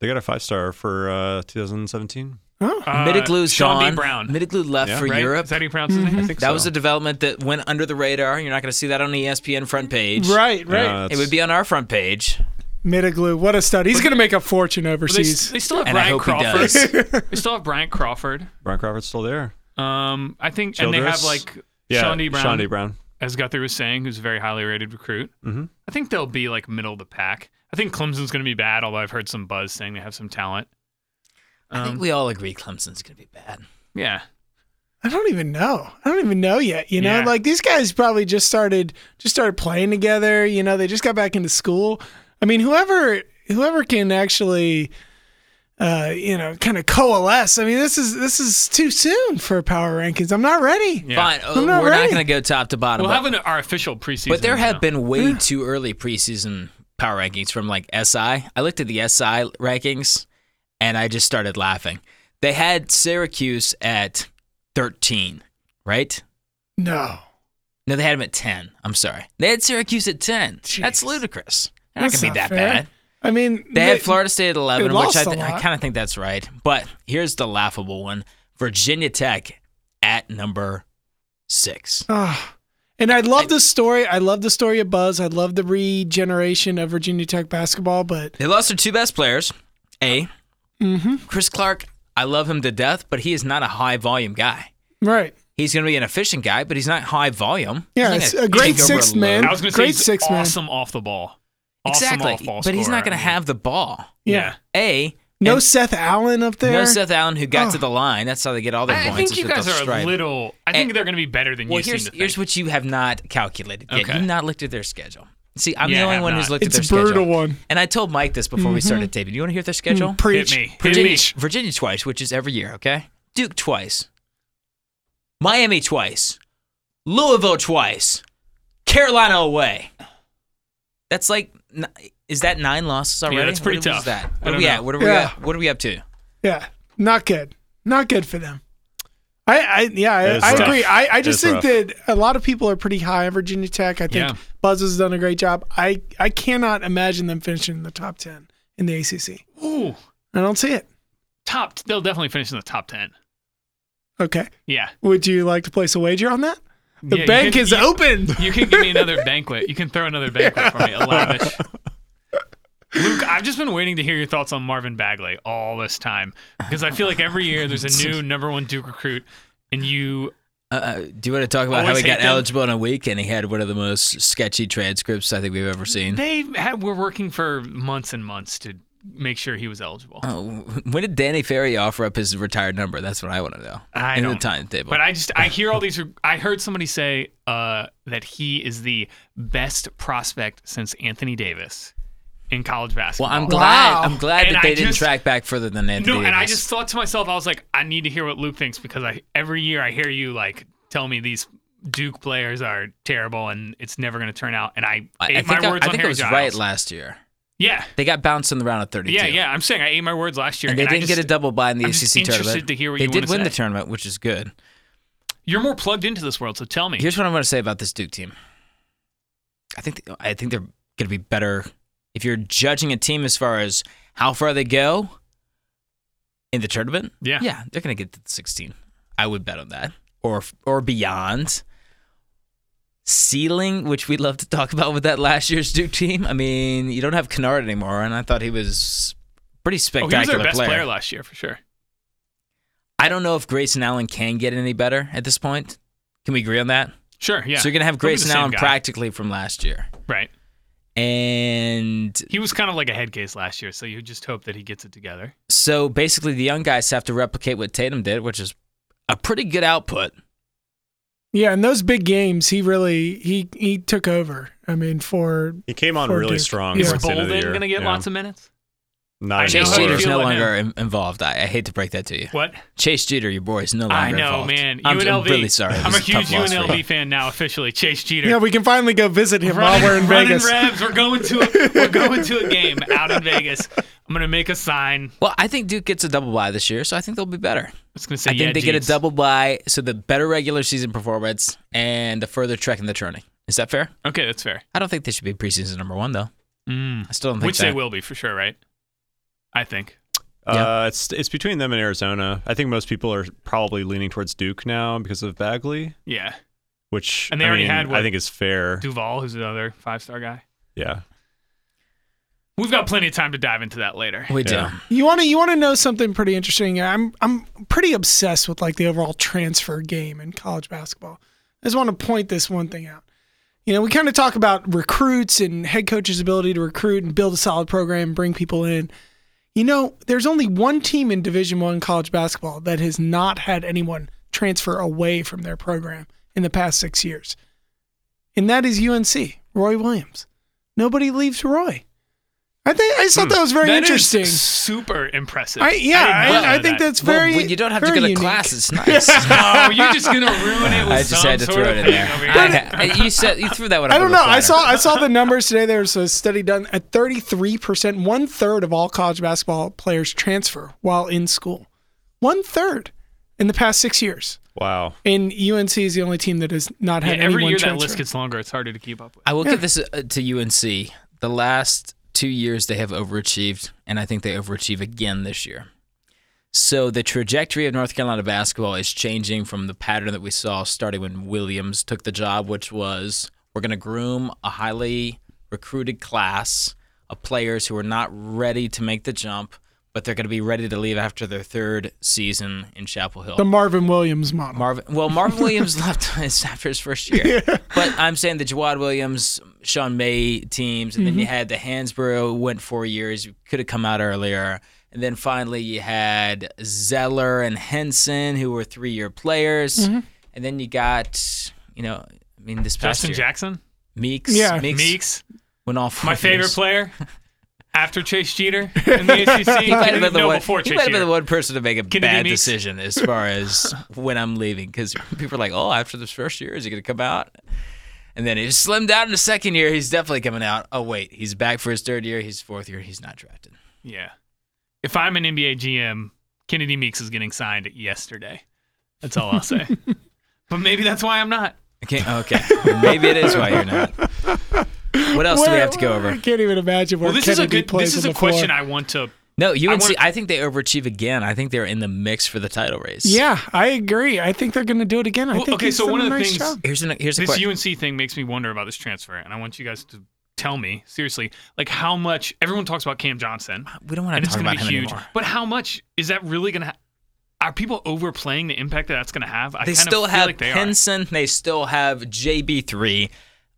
They got a five star for uh, 2017.
Oh,
Uh,
Middoglu's
Sean
gone.
B. Brown.
Middoglu left
Yeah.
for
right?
Europe. Mm-hmm.
Is that how you pronounce his name?
I think
That
so.
was a development that went under the radar. You're not going to see that on the E ESPN front page.
right, right.
Yeah,
It
that's-
would be on our front page.
Middaglu, what a stud. He's going to make a fortune
But They,
overseas.
they still have
And I
Brian
hope he
Crawford.
does.
they still have Brian Crawford.
Brian Crawford's still there.
Um, I think, and they have
Childress?
like
Yeah,
Sean D. Brown,
Sean D. Brown.
as Guthrie was saying, who's a very highly rated recruit.
Mm-hmm.
Mhm.
I think they'll be like middle of the pack. I think Clemson's going to be bad, although I've heard some buzz saying they have some talent.
I think
Um,
we all agree Clemson's going to be bad.
yeah,
I don't even know. I don't even know yet. You know,
Yeah.
like these guys probably just started just started playing together. You know, they just got back into school. I mean, whoever whoever can actually, uh, you know, kind of coalesce. I mean, this is this is too soon for power rankings. I'm not ready.
yeah.
Fine, uh,
I'm not
we're not
ready.
going to go top to bottom.
We'll
but,
have an, our official preseason.
but there have
now.
been way too early preseason power rankings from like SI. I looked at the SI rankings and I just started laughing. They had Syracuse at 13, right?
No,
No, they had them at 10. I'm sorry. They had Syracuse at 10. That's
Jeez.
ludicrous. They're not
That's
going to be
not
that
fair.
bad.
I mean,
They had Florida State at 11, which
lost
I,
a
th- I
lot.
kind of think that's right. But here's the laughable one Virginia Tech at number six.
Ah. and I love the story. I love the story of Buzz. I love the regeneration of Virginia Tech basketball. But
They lost their two best players. A. Chris Clark, I love him to death, but he is not a high volume guy.
right,
He's going to be an efficient guy, but he's not high volume. He's
Yeah,
not
it's
gonna
a great
take over
sixth man.
load.
I was going to say
Great
he's
six, man.
awesome off the ball. Awesome
Exactly.
off-ball
but he's not
scorer.
going to have the ball.
yeah.
A.
No
and
Seth Allen up there.
No Seth Allen who got
Oh.
to the line. That's how they get all their
I, I
points.
think
is
you
with
guys
the
are
stride.
a little. I think
And-
they're going to be better than
Well,
you
here's
seem to
here's
think.
what you have not calculated yet.
Okay.
You've not looked at their schedule. See, I'm
Yeah, I
the only
have
one who's
not.
looked
It's
at
a
their
brutal
schedule.
one.
And I told Mike this before we
Mm-hmm.
started taping. You want to hear their schedule?
Hit
Mm, Preach.
me. Hit
Virginia,
me.
Virginia twice, which is every year, okay? Duke twice. Miami twice. Louisville twice, Carolina away. That's like, n- is that nine losses already?
that's pretty
what, what
tough.
is that?
I
What are
don't
we
know.
at? What are we
Yeah.
at? What are we up to?
Yeah, not good. Not good for them. I, I yeah,
It's
I, I
rough.
agree. I, I just think
It's
that a lot of people are pretty high on Virginia Tech. I think
Yeah.
Buzz has done a great job. I, I cannot imagine them finishing in the top ten in the ACC.
Ooh,
I don't see it.
top. They'll definitely finish in the top ten.
Okay,
Yeah.
would you like to place a wager on that? The
Yeah, you
bank
can-
is
you-
open.
You can give me another banquet. You can throw another banquet for me, a lavish. Luke, I've just been waiting to hear your thoughts on Marvin Bagley all this time because I feel like every year there's a new number one Duke recruit, and you
Uh, Uh, do you want to talk about how
Always
he got
hate them.
eligible in a week and he had one of the most sketchy transcripts I think we've ever seen?
they had, were working for months and months to make sure he was eligible.
Oh, when did Danny Ferry offer up his retired number? That's what I want to know.
I
in the
don't-
timetable.
But I just I hear all these. I heard somebody say uh, that he is the best prospect since Anthony Davis in college basketball.
well, I'm glad.
Wow.
I'm glad
And
that they
I
didn't
just-
track back further than Anthony.
No, and I
Davis.
just thought to myself, I was like, I need to hear what Luke thinks because I every year I hear you like tell me these Duke players are terrible and it's never going to turn out. And I,
I, I
ate
think
my
I,
words
I
on
think
Harry
I was
Giles.
right last year.
yeah,
They got bounced in the round of 32.
yeah, yeah. I'm saying I ate my words last year.
And they
I
didn't
just-
get a double bye in the
I'm
ACC
just
tournament.
interested to hear what
they
you
did
wanna
win the
say.
tournament, which is good.
You're more plugged into this world, so tell me.
Here's what I'm going to say about this Duke team. I think I think they're going to be better. If you're judging a team as far as how far they go in the tournament,
Yeah.
yeah, they're going to get to the 16. I would bet on that, or or beyond. Ceiling, which we love to talk about with that last year's Duke team. I mean, you don't have Kennard anymore, and I thought he was
oh,
pretty
he
spectacular
was our best player. last year for sure.
I don't know if Grayson Allen can get any better at this point. Can we agree on that?
Sure, yeah.
So you're gonna have
They'll be the
Grayson
same
Allen
guy.
practically from last year,
right?
and
He was kind of like a head case last year, so you just hope that he gets it together.
so basically the young guys have to replicate what Tatum did, which is a pretty good output.
Yeah, in those big games, he really he he took over. I mean, for
He came on
For
really
Duke.
strong.
Yeah.
Yeah.
Is
Towards the end of the
Bolden
year.
going to get
yeah.
lots of minutes?
Not
I know
Chase
how you
Jeter's
feel
no
about him.
longer in- involved. I, I hate to break that to you.
What?
Chase Jeter, your boy, is no longer
I know,
involved.
man.
I'm,
UNLV.
I'm really sorry. It
I'm
was
a
tough
huge
loss for
UNLV
you.
fan now, officially. Chase Jeter.
yeah, we can finally go visit him
running,
while we're in
running
Vegas.
revs. We're going to a, we're going to a game out in Vegas. I'm gonna make a sign.
Well, I think Duke gets a double bye this year, so I think they'll be better.
It's gonna say.
I think
yeah,
they get a
Jeeves.
double bye, so the better regular season performance and the further trek in the tourney. Is that fair?
Okay, that's fair.
I don't think they should be preseason number one though.
Mm.
I still don't think
Which
that.
they will be for sure, right? I think.
Yeah.
Uh, it's it's between them and Arizona. I think most people are probably leaning towards Duke now because of Bagley,
Yeah.
which
And they
I
already
mean,
had what-
I think is fair.
Duval, who's another five star guy.
Yeah,
We've got plenty of time to dive into that later.
We do.
Yeah.
You want to you want to know something pretty interesting? I'm I'm pretty obsessed with like the overall transfer game in college basketball. I just want to point this one thing out. You know, we kind of talk about recruits and head coaches' ability to recruit and build a solid program, bring people in. You know, there's only one team in Division 1 college basketball that has not had anyone transfer away from their program in the past 6 years. And that is UNC, Roy Williams. Nobody leaves Roy. I think I just thought that was very
Hmm. That is
interesting.
super impressive.
I yeah,
did not
I, I,
know
think
that.
that's
Well,
very.
when you don't have to
very
go to
unique.
class, it's nice.
Oh, you're just gonna ruin it with
I just
some
had to
sort
throw
of
it in
thing
there.
over
I-
here.
I- you said you threw that one.
I
up
don't
on the
know. I
platter.
saw I saw the numbers today. There was a study done at 33 percent, one third of all college basketball players transfer while in school, one third in the past six years.
wow.
And UNC is the only team that has not
Yeah,
had
every
anyone
year
transfer.
that list gets longer. It's harder to keep up with.
I will give this uh, to UNC. The last two years they have overachieved, and I think they overachieve again this year. So the trajectory of North Carolina basketball is changing from the pattern that we saw starting when Williams took the job, which was we're going to groom a highly recruited class of players who are not ready to make the jump, but they're going to be ready to leave after their third season in Chapel Hill.
the Marvin Williams model.
Marvin. Well, Marvin Williams left us after his first year, but I'm saying the Jawad Williams, Sean May teams, and then you had the Hansborough went four years, could have come out earlier, and then finally you had Zeller and Henson, who were three year players, and then you got you know, I mean, this past
Justin
year,
Jackson,
Meeks,
Yeah.
Meeks,
Meeks,
went off
my favorite player. after Chase Jeter in the ACC?
might have been the
no,
one-
before
he
Chase
might have been
Jeter.
the one person to make a
Kennedy
bad
Meeks.
decision as far as when I'm leaving because people are like, oh, after this first year, is he going to come out? And then he slimmed out in the second year. He's definitely coming out. Oh, wait, he's back for his third year. He's fourth year. He's not drafted.
Yeah. If I'm an NBA GM, Kennedy Meeks is getting signed yesterday. That's all I'll say. but maybe that's why I'm not.
Okay, oh, okay. Maybe it is why you're not. What else do we have to go
I
over?
can't even imagine where
Well, this
Kennedy
is a good.
plays
This is
on
a
the floor.
question I want to.
No, UNC. I,
wanna-
think they overachieve again. I think they're in the mix for the title race.
Yeah, I agree. I think they're going to do it again. I
Well,
think
okay,
he's
so
done
one
a
of the
nice
things-
job.
Here's an, here's a
This
question.
UNC thing makes me wonder about this transfer, and I want you guys to tell me seriously, like how much everyone talks about Cam Johnson,
we don't want
and
to
it's
talk
going
about
to be
him
huge.
anymore.
But how much is that really going to? Ha- are people overplaying the impact that that's going to have? I
They
kind
still
of feel
have
like they are.
Henson. They still have JB three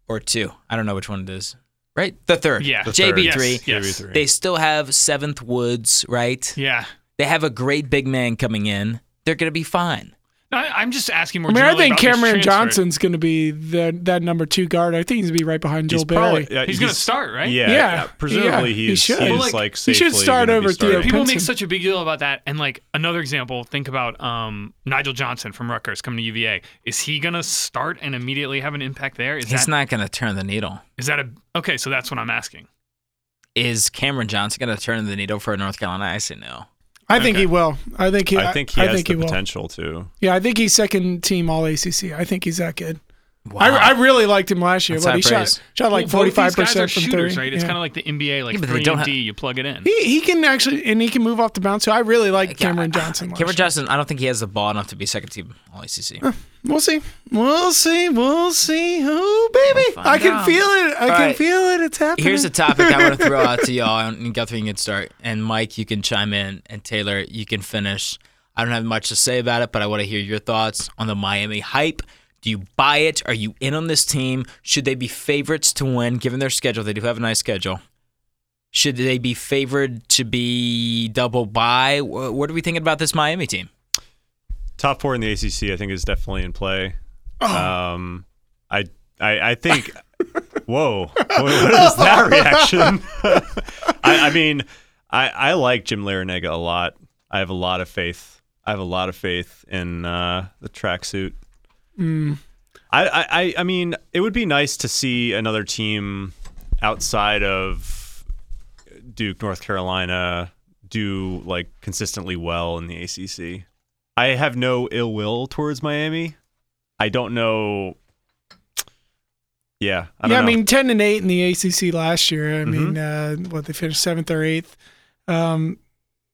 or two. I don't know which one it is. Right, the third.
Yeah. The
third.
JB three.
Yes, yes.
JB3.
They still have Seventh Woods. Right.
Yeah.
They have a great big man coming in. They're going to be fine.
No, I, I'm just asking more.
I mean, I
generally
think
about this
Cameron
transfer.
Johnson's going to be the, that number two guard. I think he's going to be right behind Joel
He's probably
Berry.
yeah,
He's going to start, right?
Yeah,
Yeah,
yeah, presumably
yeah, he
he's,
should.
he's
Well, like,
like,
he should
safely
start
gonna be
over Theo
starting.
People
Pinson.
make such a big deal about that, and like another example, think about um, Nigel Johnson from Rutgers coming to UVA. Is he gonna start and immediately have an impact there? Is
He's
that
not going to turn the needle.
is that a okay? So that's what I'm asking.
Is Cameron Johnson going to turn the needle for North Carolina? I say no.
I think he
Okay.
will. I think he.
I think he
I
has
think
the
he will.
potential to.
Yeah, I think he's second team All ACC. I think he's that good.
Wow.
I, I really liked him last year.
That's
But
high
he shot
praise.
shot like
Well,
forty
both these
five
guys are
percent from
shooters,
three.
right? It's
yeah.
kind of like the NBA, like
Yeah, but they
three
don't
and
have-
D. You plug it in.
he he can actually and he can move off the bounce. So I really like Cameron Johnson. last
Cameron
year.
Johnson. I don't think he has the ball enough to be second team All ACC.
We'll see. We'll see. We'll see. Oh, baby,
find
I can
out.
feel it. I
All
can
right.
feel it. It's happening.
Here's a topic I want to throw out to y'all, and Guthrie, you can start, and Mike, you can chime in, and Taylor, you can finish. I don't have much to say about it, but I want to hear your thoughts on the Miami hype. Do you buy it? Are you in on this team? Should they be favorites to win, given their schedule? They do have a nice schedule. Should they be favored to be double bye? Wh- What are we thinking about this Miami team?
Top four in the ACC, I think, is definitely in play.
Oh.
Um, I, I, I think. whoa! What, what is that reaction? I, I mean, I, I like Jim Larinaga a lot. I have a lot of faith. I have a lot of faith in uh, the tracksuit.
Hmm.
I, I, I- I mean, it would be nice to see another team outside of Duke, North Carolina, do like consistently well in the ACC. I have no ill will towards Miami. I don't know. Yeah, I don't
yeah,
know. Mm-hmm.
I mean, ten and eight in the ACC last year. I mean, uh, what they finished seventh or eighth. Um,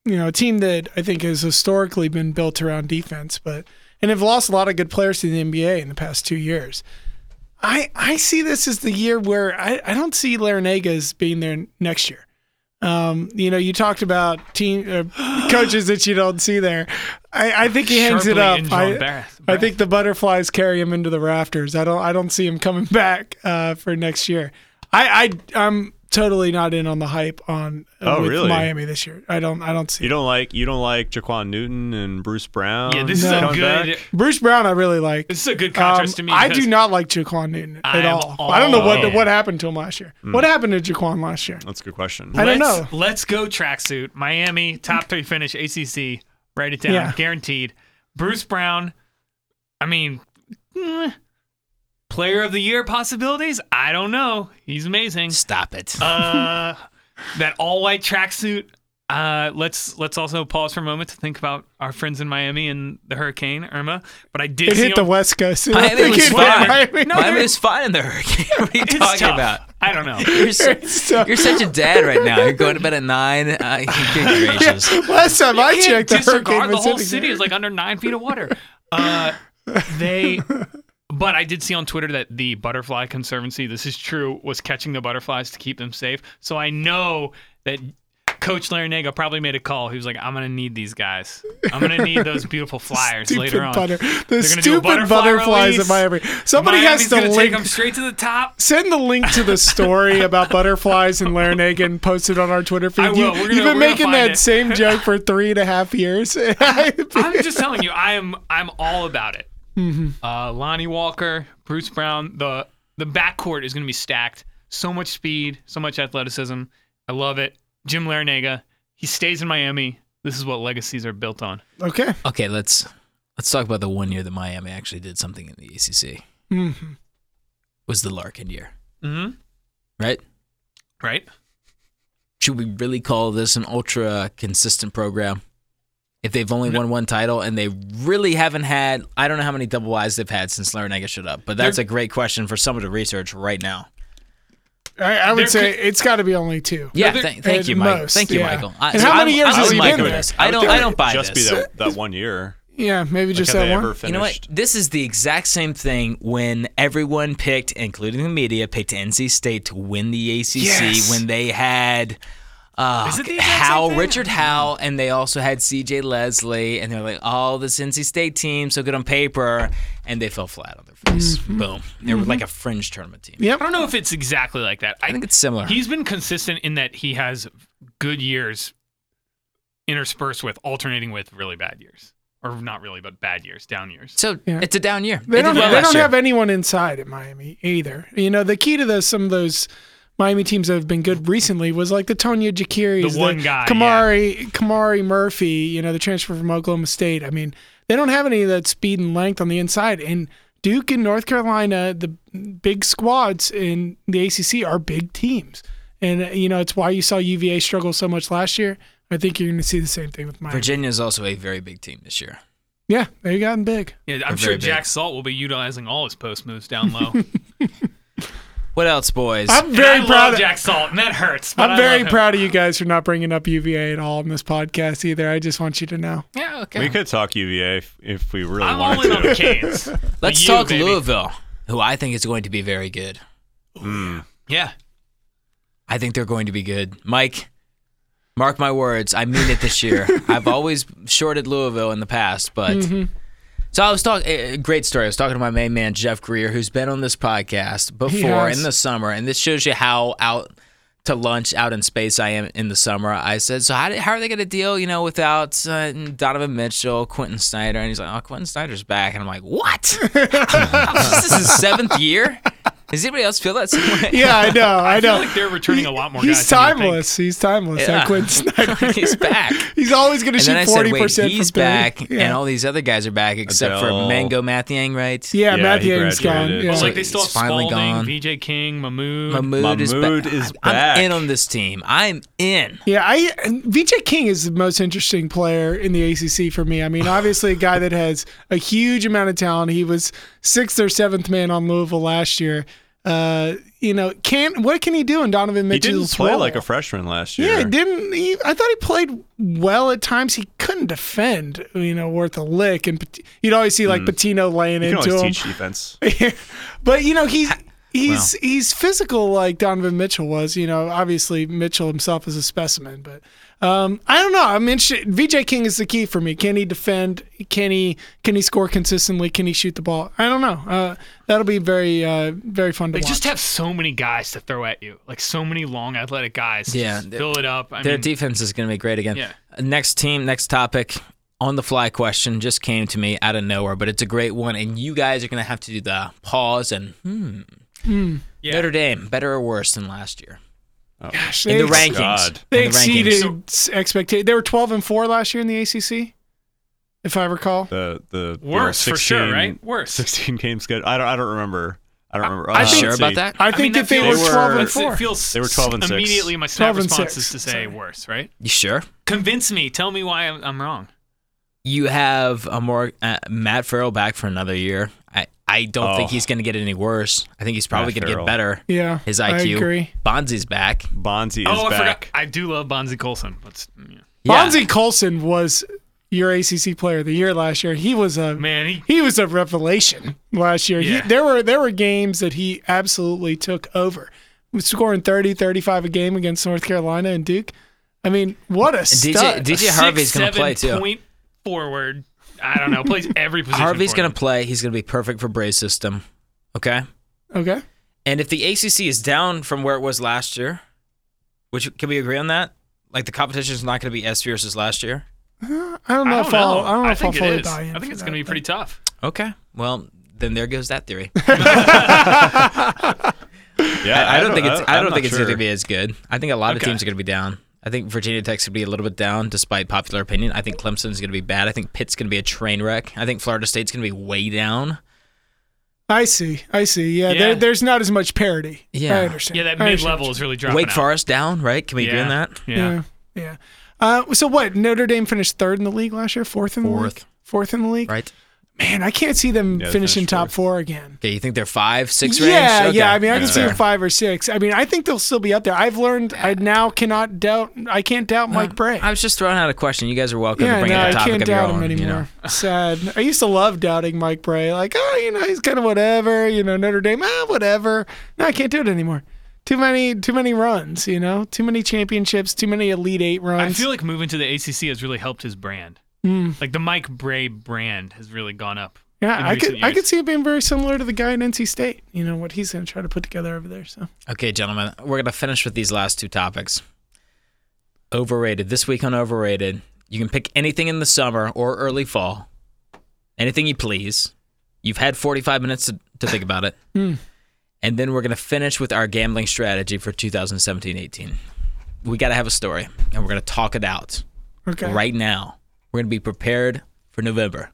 you know, a team that I think has historically been built around defense, but and have lost a lot of good players to the NBA in the past two years. I I see this as the year where I, I don't see Larinaga as being there next year. Um, you know, you talked about team uh, coaches that you don't see there. I, I think he hangs it
Sharply
up.
injured
I-
Barrett.
I think the butterflies carry him into the rafters. I don't. I don't see him coming back uh, for next year. I, I I'm totally not in on the hype on uh,
Oh,
with
really?
Miami this year. I don't. I don't see.
you
It.
don't like you don't like Jaquan Newton and Bruce Brown.
yeah, this
No.
is a
coming
good.
back?
Bruce Brown, I really like.
This is a good contrast
Um,
to me.
I
because
do not like Jaquan Newton
I
at
am
all. I don't know what
all in.
what happened to him last year.
Hmm.
What happened to Jaquan last year?
That's a good question.
I don't know.
let's- Let's go tracksuit. Miami top three finish. ACC. Write it down.
Yeah.
Guaranteed. Bruce Brown. I mean, eh, player of the year possibilities. I don't know. He's amazing.
Stop it.
uh, that all white tracksuit. Uh, let's let's also pause for a moment to think about our friends in Miami and the hurricane Irma. But I did
It
see
hit the
on-
West Coast. and I
Miami
think
was
it-
fine.
Miami-
Miami was fine in the hurricane. What are you
It's
talking
tough.
about?
I don't know.
You're, so-
tough.
you're such a dad right now. You're going to bed at nine. Uh, good gracious.
Last time I
can't
checked, the hurricane
disregard the
was
whole
hitting
city is like under nine feet of water. Uh, they, but I did see on Twitter that the Butterfly Conservancy, this is true, was catching the butterflies to keep them safe. So I know that Coach Larinaga probably made a call. He was like, "I'm gonna need these guys. I'm gonna need those beautiful flyers later
Stupid
on."
butter. The
gonna do a
stupid
butterfly
butterflies
release.
in Miami. Somebody
Miami's
has to
gonna take
link
them straight to the top.
Send the link to the story about butterflies and Larinaga and post it on our Twitter feed.
I will.
You,
We're gonna-
have been
we're gonna
making
find
that
it.
same joke for three and a half years.
I'm just telling you, I am I'm all about it.
Mm-hmm.
Uh, Lonnie Walker, Bruce Brown, the the backcourt is going to be stacked. So much speed, so much athleticism. I love it. Jim Larinaga. He stays in Miami. This is what legacies are built on.
Okay.
Okay, let's let's talk about the one year that Miami actually did something in the ACC.
hmm
Was the Larkin year,
Mm-hmm.
right?
Right?
Should we really call this an ultra consistent program? If they've only won one title and they really haven't had, I don't know how many double Y's they've had since Larinaga showed up, but that's a great question for someone to research right now.
I, I
There
would say
could-
it's got to be only two.
Yeah,
there-
th- thank
at
you, Mike.
most,
thank you,
yeah.
Michael.
And how many years
I'm,
has
I'm
he
Mike
been
with
there?
this. I don't, I don't buy
just
this.
be that, that one year.
Yeah, maybe just
have
that
they
one.
ever finished?
You know what? This is the exact same thing when everyone picked, including the media, picked NC State to win the ACC
Yes.
when they had uh,
Is it the exact same
Howell,
thing?
Richard Howell, and they also had CJ Leslie, and they're like, oh, this NC State team, so good on paper. And they fell flat on their face. Boom. They were like a fringe tournament team.
I don't know if it's exactly like that.
I think it's similar.
He's been consistent in that he has good years interspersed with alternating with really bad years. Or not really, but bad years, down years.
so
Yeah.
it's a down year.
They don't,
did well
they
last
don't
year.
have anyone inside at Miami either. You know, the key to those some of those Miami teams that have been good recently was like the Tonya Jakiris,
The one guy,
Kamari, Kamari Murphy, you know, the transfer from Oklahoma State. I mean, they don't have any of that speed and length on the inside. And Duke and North Carolina, the big squads in the ACC are big teams. And, uh, you know, it's why you saw UVA struggle so much last year. I think you're going to see the same thing with Miami.
Virginia is also a very big team this year.
Yeah, they've gotten big.
Yeah, I'm
They're
sure
very big.
Jack Salt will be utilizing all his post moves down low.
What else, boys?
I'm
And
very
I
proud
love
of
Jack Salt, and that hurts. but
I'm
I
very
love him.
proud of you guys for not bringing up UVA at all in this podcast either. I just want you to know.
yeah, okay.
We could talk UVA if, if we really
I'm all
wanted
in on the
to.
Canes.
Let's
You,
talk
baby.
Louisville, who I think is going to be very good.
Mm.
Yeah,
I think they're going to be good. Mike, mark my words. I mean it this year. I've always shorted Louisville in the past, but. So I was talking, great story. I was talking to my main man, Jeff Greer, who's been on this podcast before
has.
in the summer. And this shows you how out to lunch, out in space I am in the summer. I said, So how, how are they going to deal, you know, without uh, Donovan Mitchell, Quentin Snyder? And he's like, Oh, Quentin Snyder's back. And I'm like, What? this is his seventh year? Does anybody else feel that same way?
Yeah, I know. I,
I feel
know.
like they're returning a lot more. guys
He's
than you would think.
timeless. He's timeless.
Yeah.
That Quinn Snyder.
He's back.
He's always going to
And then I
shoot
said,
forty
wait,
percent.
he's
from three.
back,
Yeah,
and all these other guys are back except for
Adele.
Mango Mathiang, right?
yeah,
Yeah,
Matt
he
Young's gone.
graduated.
Yeah.
But, like
So
they still have
he's finally
Spalding,
gone.
VJ King, Mahmood.
Mahmood, is, ba-
Mahmood is
I'm-
back.
I'm in on this team. I'm in.
Yeah, I and VJ King is the most interesting player in the ACC for me. I mean, obviously a guy that has a huge amount of talent. He was sixth or seventh man on Louisville last year. Uh, you know, can what can he do in Donovan
He
Mitchell's
didn't play
role?
like a freshman last year.
Yeah, it didn't he? I thought he played well at times. He couldn't defend, you know, worth a lick, and Pat- you'd always see like Patino laying
You Mm. can
into
always
him.
teach defense.
but you know, he's he's he's physical like Donovan Mitchell was. You know, obviously Mitchell himself is a specimen, but um, I don't know. I'm interested. VJ King is the key for me. Can he defend? Can he can he score consistently? Can he shoot the ball? I don't know. Uh, that'll be very uh, very fun to
They
watch.
just have so many guys to throw at you, like so many long athletic guys. to
Yeah,
just
they-
fill it up. I
Their
Mm.
mean,
defense is going to be great again.
Yeah.
Uh, Next team, next topic. On the fly question just came to me out of nowhere, but it's a great one, and you guys are going to have to do the pause and hmm.
Mm.
Yeah.
Notre Dame, better or worse than last year
Oh,
Gosh,
in the
they-
rankings?
God.
They
In the rankings.
exceeded expectations. They were 12 and 4 last year in the ACC, if I recall.
The the the
Worse, for sure,
16
right? Worse.
Sixteen games good. I don't. I don't remember. I don't remember.
Are
Uh,
you sure
let's see.
about that?
I think
mean,
that they
feels-
were
they were-
12 and
That's
It
4.
feels
They were 12 and six.
Immediately, my snap
12 and
response is
six,
to say
sorry.
worse, right?
You sure?
Convince me. Tell me why I'm, I'm wrong.
you have a more uh, Matt Farrell back for another year. I, I don't
Oh.
think he's going to get any worse. I think he's probably
Matt
going to get
Farrell.
better.
Yeah,
His
I
IQ.
agree.
Bonzi's back.
Bonzi is
oh, I
back.
forgot. I do love Bonzi Colson. Let's, yeah.
Yeah.
Bonzi Colson was your ACC player of the year last year. He was a
Man, he,
he was a revelation last year.
Yeah.
He, there were there were games that he absolutely took over. He was Scoring 30, 35 a game against North Carolina and Duke. I mean, what a
DJ,
stud.
DJ Harvey's going to
six,
play
seven
too.
Point forward. I don't know. Plays every position.
Harvey's
for
going
them.
to play. He's going to be perfect for Bray's system. Okay.
okay.
And if the ACC is down from where it was last year, which can we agree on that? Like the competition is not going to be as fierce as last year.
I don't know
I
if
don't know.
I'll I don't know if I'll
think it
fully
is.
buy in.
I think
for
it's
that,
going to be
but-
pretty tough.
Okay. Well, then there goes that theory.
Yeah,
I, I don't think it's. I don't
I'm
think
not
it's
sure.
going to be as good. I think a lot of
Okay.
teams are going to be down. I think Virginia Tech's gonna be a little bit down, despite popular opinion. I think Clemson's gonna be bad. I think Pitt's gonna be a train wreck. I think Florida State's gonna be way down.
I see. I see. Yeah,
Yeah.
There, there's not as much parity.
Yeah.
I understand.
Yeah, that
I
mid
understand.
level is really dropping.
Wake
out.
Forest down, right? Can we
yeah.
agree on that?
Yeah.
Yeah. Yeah. Uh, so what? Notre Dame finished third in the league last year, fourth in the
Fourth.
league, fourth in the league.
Right?
Man, I can't see them
Yeah, they
finishing
finished
top
fourth.
four again.
Okay, you think they're five, six range?
Yeah,
Okay,
yeah. I mean, I can
that's
see
fair.
them five or six. I mean, I think they'll still be up there. I've learned I now cannot doubt. I can't doubt Mike Bray.
I was just throwing out a question. You guys are welcome to
yeah,
bring
no,
up a
I
topic
can't
of your
doubt
own.
him
you know.
anymore. Sad. I used to love doubting Mike Bray. Like, oh, you know, he's kind of whatever. You know, Notre Dame, ah, whatever. No, I can't do it anymore. Too many, too many runs. You know, too many championships. Too many Elite Eight
I
runs.
feel like moving to the ACC has really helped his brand. Like the Mike Bray brand has really gone up. in
yeah, I
recent
could, I
years.
could see it being very similar to the guy in NC State. You know what he's going to try to put together over there. So
Okay, gentlemen, we're gonna finish with these last two topics. Overrated. This week on overrated, you can pick anything in the summer or early fall, anything you please. You've had 45 minutes to, to think about it, and then we're gonna finish with our gambling strategy for 2017-18. We gotta have a story, and we're gonna talk it out
okay,
right now. We're gonna be prepared for November.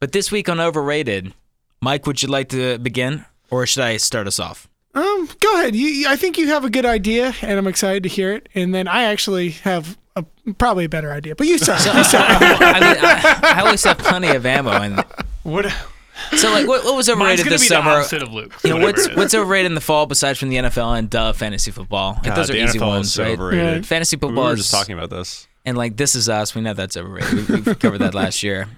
But this week on overrated, Mike, would you like to begin, or should I start us off?
Um, go ahead. You, you- I think you have a good idea, and I'm excited to hear it. And then I actually have a, probably a better idea, but you start. You start.
I, mean, I, I always have plenty of ammo. And
What?
so, like, what, what was
Mine's
overrated
gonna
this
be the
summer?
opposite of Luke's.
You know,
whatever
what's
it is.
what's overrated in the fall besides from the NFL and uh, fantasy football? Like,
God,
those are
the
easy
NFL
ones,
is so
right?
overrated.
Yeah.
Fantasy
We
football
were
is
just talking about this.
and like this is us. We know that's overrated. We, we've covered that last year.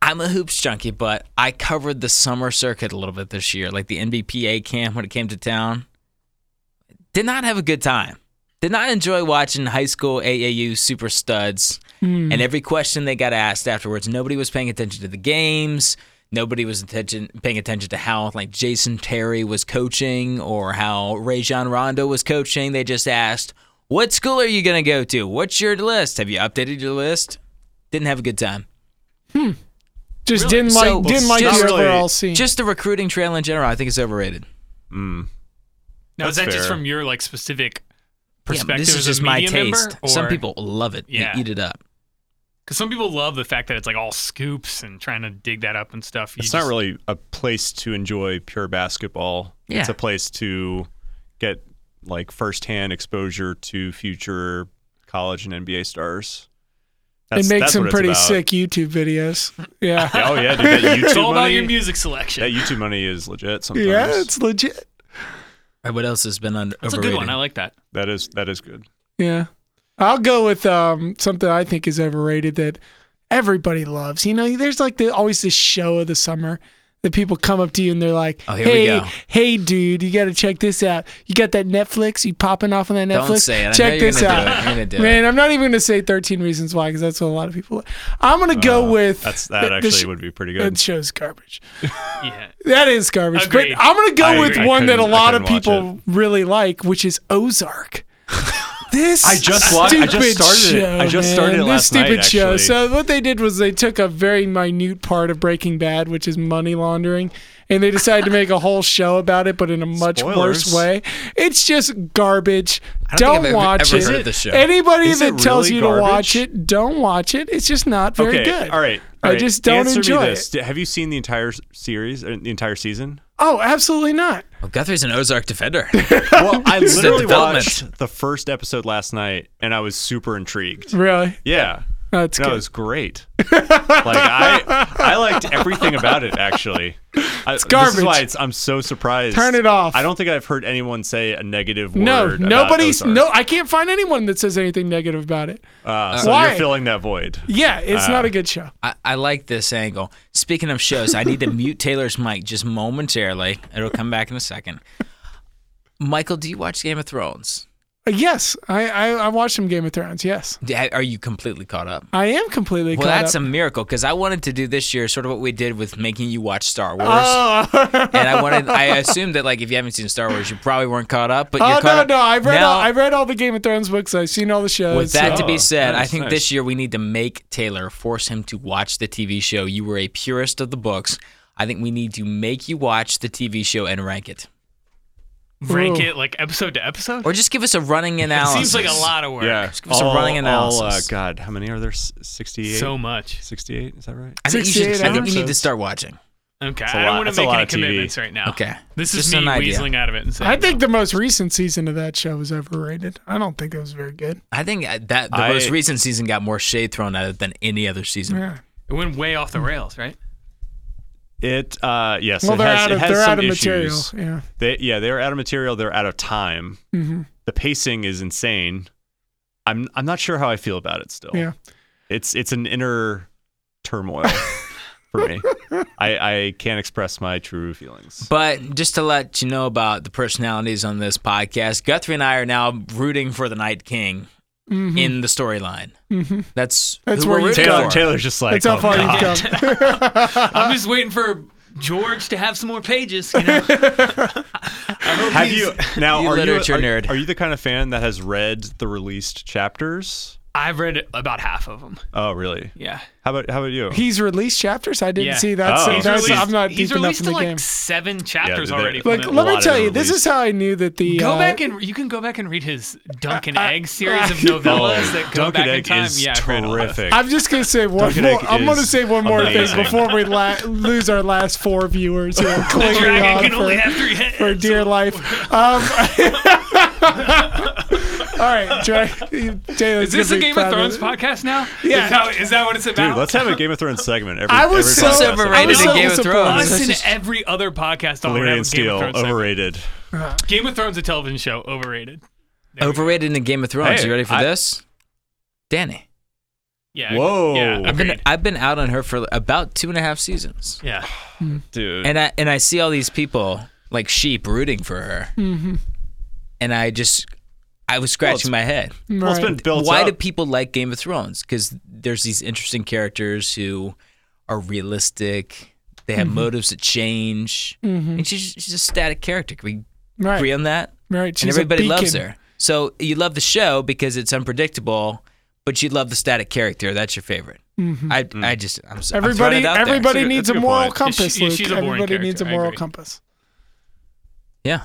I'm a hoops junkie, but I covered the summer circuit a little bit this year, like the NBPA camp when it came to town. Did not have a good time. Did not enjoy watching high school AAU super studs and every question they got asked afterwards. Nobody was paying attention to the games. Nobody was attention, paying attention to how like Jason Terry was coaching or how Rajon Rondo was coaching. They just asked, "What school are you gonna go to? What's your list? Have you updated your list?" Didn't have a good time.
Just didn't like
So-
didn't like
Not
the
really.
overall scene.
Just the recruiting trail in general, I think is overrated.
Hmm.
now is that
That's
just
fair.
from your like specific
Yeah,
perspective?
this is
as
just
a
my
media member,
taste. Some
or-
people love it.
Yeah.
They eat it up.
Because some people love the fact that it's like all scoops and trying to dig that up and stuff. You
It's
just-
not really a place to enjoy pure basketball. It's
Yeah.
a place to get like firsthand exposure to future college and NBA stars. That's,
it makes
that's
some
what it's
pretty
about.
sick YouTube videos. Yeah.
Yeah, oh yeah, dude, that YouTube
It's all about
money.
your music selection.
That YouTube money is legit. Sometimes.
yeah, it's legit.
All right, what else has been under,
That's a
overrated?
good one. I like that.
that is that is good.
Yeah. I'll go with um, something I think is overrated that everybody loves. You know, there's like the always this show of the summer that people come up to you and they're like,
Oh, here we
"Hey,
go.
hey, dude, you got to check this out. You got that Netflix? You popping off on that Netflix?
Don't say it. I
Check
know you're
this
gonna
out."
Do it. You're gonna do it.
Man, I'm not even gonna say 13 Reasons Why because that's what a lot of people. I'm gonna go
Uh,
with
That's that
th-
actually
this-
would be pretty
That
good.
show's garbage.
Yeah.
That is garbage.
Agreed.
But I'm gonna go
I
with
agree. I
one that a
couldn't- I
lot of
couldn't watch
people really like, which is Ozark. This
I just watched- I
stupid
just started it.
show,
I just started
man.
it
This
last night,
stupid show.
actually.
So what they did was they took a very minute part of Breaking Bad, which is money laundering, and they decided to make a whole show about it, but in a much worse
Spoilers.
way It's just garbage.
don't think I've ever-
watch
ever
it.
heard of this show.
Anybody
Is
that
it
tells
really
you to
garbage?
watch it, don't watch it. It's just not very
okay,
good.
all right.
I
all right.
just don't
Answer me
enjoy
this.
it.
D- Have you seen the entire s- series, uh, the entire season?
Oh, absolutely not.
Well, Guthrie's an Ozark defender.
Well, I
a
literally
development.
watched the first episode last night, and I was super intrigued.
Really?
Yeah,
That's
no, it
good.
was great. like I, I liked everything about it. Actually, I, it's This
garbage.
is why it's, I'm so surprised.
Turn it off.
I don't think I've heard anyone say a negative
No,
word.
nobody's.
about
No, I can't find anyone that says anything negative about it.
no. Uh, so
Why?
you're filling that void.
Yeah, it's
Ah.
not a good show.
I, I like this angle. Speaking of shows, I need to mute Taylor's mic just momentarily. It'll come back in a second. Michael, do you watch Game of Thrones?
Uh, Yes, I, I I watched some Game of Thrones. Yes,
Do- Are you completely caught up?
I am completely.
Well,
caught
that's
up.
a miracle because I wanted to do this year sort of what we did with making you watch Star Wars.
Oh,
And I wanted, I assumed that like if you haven't seen Star Wars, you probably weren't caught up. But you're
oh
caught
no
up.
no! I've read
Now,
all I've read all the Game of Thrones books. I've seen all the shows.
With that
so-
to be
Oh,
said, I
nice,
think
nice.
this year we need to make Taylor force him to watch the TV show. You were a purist of the books. I think we need to make you watch the TV show and rank it.
rank it like episode to episode?
Or just give us a running analysis.
Seems like a lot of work.
Oh, Yeah.
give us a running
all, uh,
analysis.
God, how many are there? S- 68?
So much.
68, is that right?
I think you, should,
68
I think you need to
episodes.
start watching.
Okay,
a
I don't
lot-
want
that's
to
a
make
lot
any
of TV.
commitments right now.
Okay.
This is
Just
me
an idea.
weaseling out of it and saying.
I think the most recent season of that show was overrated. I don't think it was very good.
I think uh, that the
I-
most recent season got more shade thrown at it than any other season.
Hmm.
Yeah.
it went way off the rails, right?
It, uh, yes,
Well,
it
they're
has,
out
it
of
has
they're
some
out of
issues.
material. Mm-hmm. Yeah.
They, yeah, they're out of material. They're out of time. The pacing is insane. I'm, I'm not sure how I feel about it still.
Yeah.
It's, it's an inner turmoil for me. I, I can't express my true feelings.
But just to let you know about the personalities on this podcast, Guthrie and I are now rooting for the Night King in the storyline. Mm-hmm. That's
That's
who
where
we're
you
rooting
go.
Taylor,
for.
Taylor's just like,
That's how
"Oh,
far
God."
you've come.
I'm just waiting for George to have some more pages. You know?
Have you now?
you
are
literature
you, are-
nerd.
Are you the kind of fan that has read the released chapters?
I've read about half of them.
Oh, really?
Yeah.
How about how about you?
He's released chapters. I didn't
Yeah.
see that.
Oh.
So
He's
that's,
released-
I'm not
he's
deep enough
released
in the
like
game.
seven chapters
they're-
already. from
like,
Like,
it.
a
let
lot
me
of
tell
them
you, this
released.
is how I knew that the
Go
uh,
back and you can go back and read his Dunkin' Egg series of novellas
Oh,
that go
Dunkin'
back
Egg
in time.
is
yeah, I've read all those.
terrific.
I'm just gonna say one
Dunkin'
more.
Egg
I'm gonna
is
say one more
amazing.
thing before we la- lose our last four viewers. Who are
The
clinging
dragon
on
can
for,
only have three heads.
for dear life. Um, all right, Dra- Taylor's
is this
gonna
a
be
Game of
proud
Thrones
it.
podcast now?
Yeah.
Is that, is that what it's about?
Dude, let's have a Game of Thrones segment. Every,
I was
every
so
podcast.
overrated
in Game
so
of
disappointed.
Thrones.
Us and
just-
every other podcast on
Valyrian
whatever Game
Steel
of Thrones. segment.
overrated.
Game of Thrones, a television show, overrated.
Overrated in Game of Thrones.
Hey,
you ready for
I-
this? Danny.
Yeah.
Whoa.
Yeah.
I've
I've been,
Agreed.
I've been out on her for about two and a half seasons.
Yeah.
Dude,
And I and I see all these people like sheep rooting for her. And I just I was scratching my head.
well, it's been
Right.
built
Why
up.
do people like Game of Thrones? Because there's these interesting characters who are realistic. They have motives that change, and she's, she's a static character. Can we
Right.
agree on that?
Right, she's
and
a
everybody loves
beacon.
her. So you love the show because it's unpredictable, but you love the static character. That's your favorite. I, I just I'm, s- I'm throwing
Mm-hmm. Everybody,
it out there.
everybody
That's a-
needs
that's
a
a good
moral
point.
compass.
She- she-
Luke.
she's a boring
everybody needs a
character, I
moral
agree.
compass.
yeah.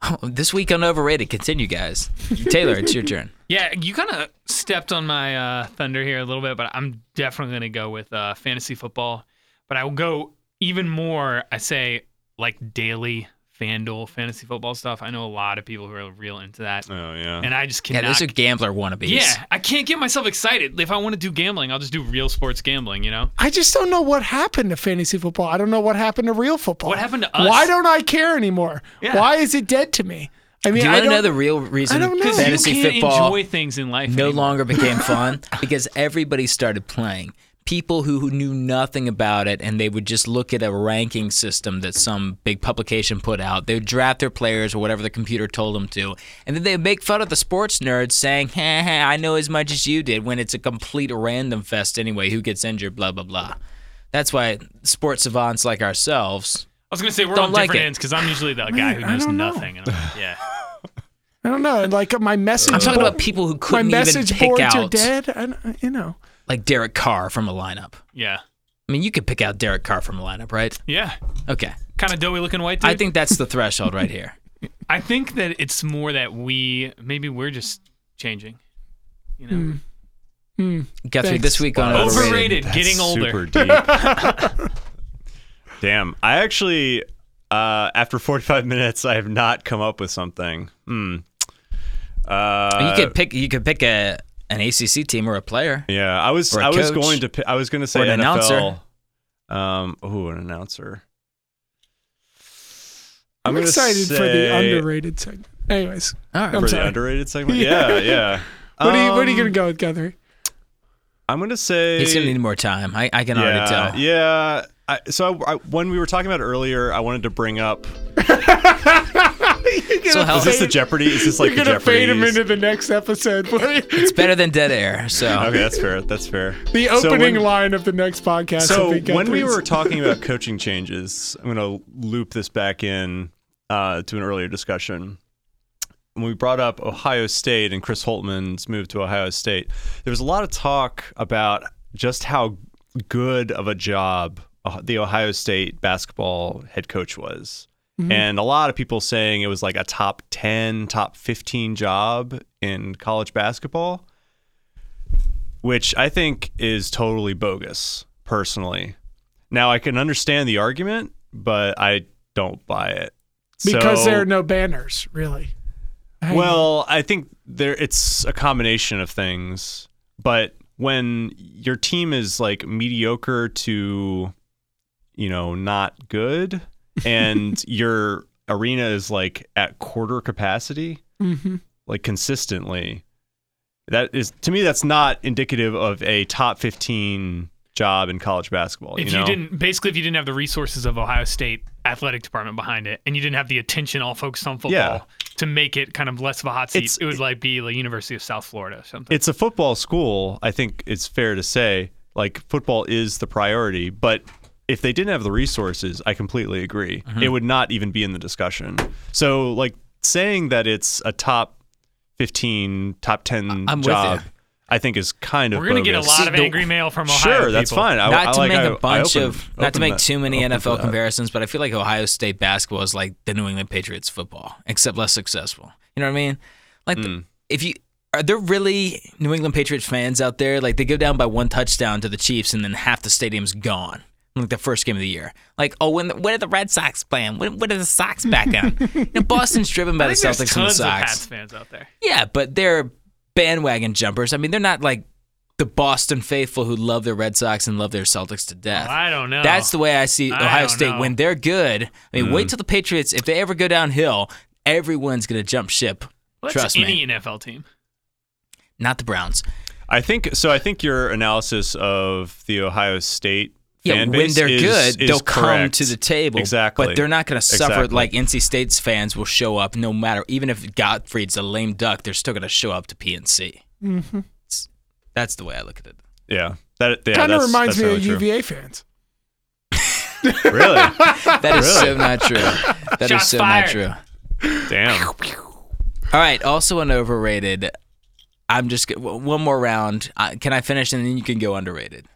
Oh, this week on overrated. Continue, guys. Taylor, it's your turn.
Yeah, you kind of stepped on my uh, thunder here a little bit, but I'm definitely going to go with uh, fantasy football. But I will go even more, I say, like daily FanDuel fantasy football stuff. I know a lot of people who are real into that.
Oh yeah.
And I just
Yeah,
cannot.
those are gambler wannabes.
yeah, I can't get myself excited. If I want to do gambling, I'll just do real sports gambling, you know?
I just don't know what happened to fantasy football. I don't know what happened to real football.
What happened to us?
Why don't I care anymore?
Yeah.
Why is it dead to me? I mean,
Do you
I
want to
don't.
know the real reason
I don't know. 'Cause
You
you
fantasy
can't
football
enjoy things in life.
no
anymore.
longer became fun because everybody started playing. People who, who knew nothing about it and they would just look at a ranking system that some big publication put out. They would draft their players or whatever the computer told them to. And then they would make fun of the sports nerds saying, "Heh, heh, I know as much as you did when it's a complete random fest anyway, who gets injured, blah, blah, blah. That's why sports savants like ourselves.
I was going to say, we're
Don't
on
like
different
it.
ends because I'm usually the guy who
I
knows
don't know.
nothing. And I'm like, yeah.
I don't know. And like uh, my message.
I'm talking
board-
about people who
My
couldn't even
message
pick
boards are
out
dead. I, don't- you know.
like Derek Carr from a lineup.
Yeah.
I mean, you could pick out Derek Carr from a lineup, right?
Yeah.
Okay.
Kind of doughy looking white dude.
I think that's the threshold right here.
I think that it's more that we maybe we're just changing. You know,
Hmm. Guthrie,
Thanks.
this week on
Wow.
overrated,
overrated.
That's
getting
Super
older.
deep. Damn. I actually, uh, after 45 minutes, I have not come up with something. Hmm. Uh,
you could pick. You could pick a an ACC team or a player.
Yeah, I was.
or a
I was
coach,
going to. pi- I was going to say
or an
NFL. Um. Ooh, an announcer.
I'm,
gonna
excited for the
say-
underrated segment. Anyways,
All right.
I'm
for
sorry.
the underrated segment.
Yeah.
Yeah, yeah.
what are you? What are you
Um,
gonna go with, Guthrie?
I'm gonna say
He's gonna need more time. I, I can
yeah,
already tell.
Yeah. I, so I, I- when we were talking about it earlier, I wanted to bring up.
So how,
Is this the Jeopardy? Is this like
You're
the
gonna
Jeopardy?
fade him into the next episode. will you?
it's better than dead air. So
Okay, that's fair. That's fair.
the
So
opening
when-
line of the next podcast.
So
will be
when we
Guthrie's.
were talking about coaching changes, I'm going to loop this back in uh, to an earlier discussion. When we brought up Ohio State and Chris Holtman's move to Ohio State, there was a lot of talk about just how good of a job uh, the Ohio State basketball head coach was. and a lot of people saying it was like a top 10, top 15 job in college basketball, which I think is totally bogus personally. Now I can understand the argument, but I don't buy it.
because
So-
there are no banners, really. I-
well, I think there it's a combination of things, but when your team is like mediocre to you know, not good and your arena is like at quarter capacity,
Mm-hmm.
Mhm.
like consistently, that is to me that's not indicative of a top 15 job in college basketball,
If
you
you,
know.
didn't, basically, if you didn't have the resources of Ohio State athletic department behind it, and you didn't have the attention all focused on football
Yeah.
to make it kind of less of a hot seat,
It's-
it would like be like University of South Florida or something.
it's a football school. I think it's fair to say, like football is the priority. But if they didn't have the resources, I completely agree.
Mm-hmm.
It would not even be in the discussion. So, like saying that it's a top fifteen, top 10
I'm with
job,
you.
I think is kind of
We're gonna get a
bogus.
lot of
See, the-
angry mail from Ohio.
Sure, that's
people.
fine. I,
not
I
to
like,
make
I-
a bunch
I opened-
of not to
opened
make
that-
too many
opened for
NFL
that.
comparisons, but I feel like Ohio State basketball is like the New England Patriots football, except less successful. You know what I mean? Like
Hmm.
the, if you are there really New England Patriots fans out there? Like they go down by one touchdown to the Chiefs, and then half the stadium's gone. Like the first game of the year. Like oh, when when are the Red Sox playing? When, when are the Sox back on? you know, Boston's driven by
I
the
think there's
Celtics and the
tons of
Sox.
Pats fans out there.
Yeah, but they're bandwagon jumpers. I mean, they're not like the Boston faithful who love their Red Sox and love their Celtics to death.
I don't know.
That's the way I see
I
Ohio
don't
State
know.
when they're good. I mean,
Mm.
wait till the Patriots if they ever go downhill, everyone's going to jump ship.
Well, that's
Trust
any
me,
NFL team.
not the Browns.
I think so. I think your analysis of the Ohio State.
Yeah,
fan
when
base
they're
is-
good,
is
they'll come
correct.
to the table.
Exactly,
but they're not going to suffer
Exactly.
like NC State's fans will show up no matter. Even if Gottfried's a lame duck, they're still going to show up to PNC. Mm-hmm. That's the way I look at it.
Yeah, that yeah,
kind of
that's-
reminds
that's
me of
totally true.
UVA fans.
Really?
That is
Really?
so not true. That is
Shots
so
fired.
not true.
Damn.
All right. Also an overrated. I'm just g- w- one more round. Uh, can I finish and then you can go underrated?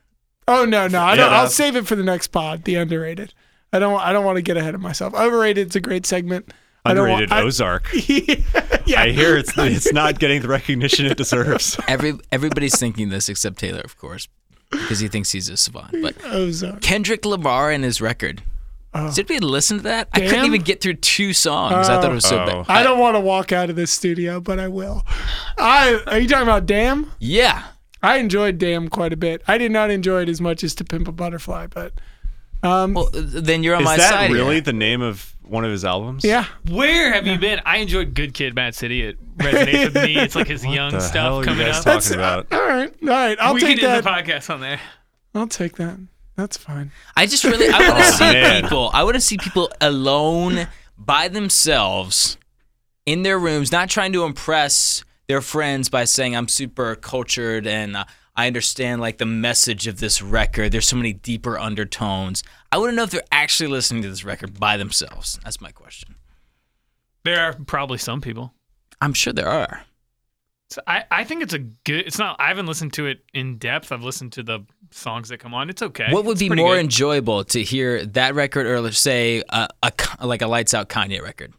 Oh no, no, I don't,
Yeah.
I'll save it for the next pod. The underrated. I don't. I don't want to get ahead of myself. Overrated's a great segment.
Underrated
I don't want,
Ozark.
I, yeah,
I hear it's it's not getting the recognition it deserves.
Every everybody's thinking this except Taylor, of course, because he thinks he's a savant. But
Ozark.
Kendrick Lamar and his record.
Oh.
Did we listen to that? I couldn't
Damn.
even get through two songs. I thought it was so
Oh.
bad.
I don't want to walk out of this studio, but I will. I are you talking about Damn?
Yeah.
I enjoyed Damn quite a bit. I did not enjoy it as much as To Pimp a Butterfly, but
Well, then you're on
Is
my
that
side. here.
really the name of one of his albums?
yeah,
Where have you been? I enjoyed Good Kid, Mad City. It resonates with me. It's like his young
The hell
stuff
are
coming
you guys
up.
talking about?
uh, all right, all right. I'll
we
take
could do the
that.
podcast on there.
I'll take that. That's fine.
I just really I want to
Oh,
see
man.
people. I want to see people alone by themselves in their rooms, not trying to impress their friends by saying I'm super cultured and uh, I understand like the message of this record. There's so many deeper undertones. I want to know if they're actually listening to this record by themselves. That's my question.
There are probably some people.
I'm sure there are.
So I, I think it's a good. It's not. I haven't listened to it in depth. I've listened to the songs that come on. It's okay.
What would
It's
be
pretty
more
good.
enjoyable to hear that record or let's say uh, a K- like a lights out Kanye record?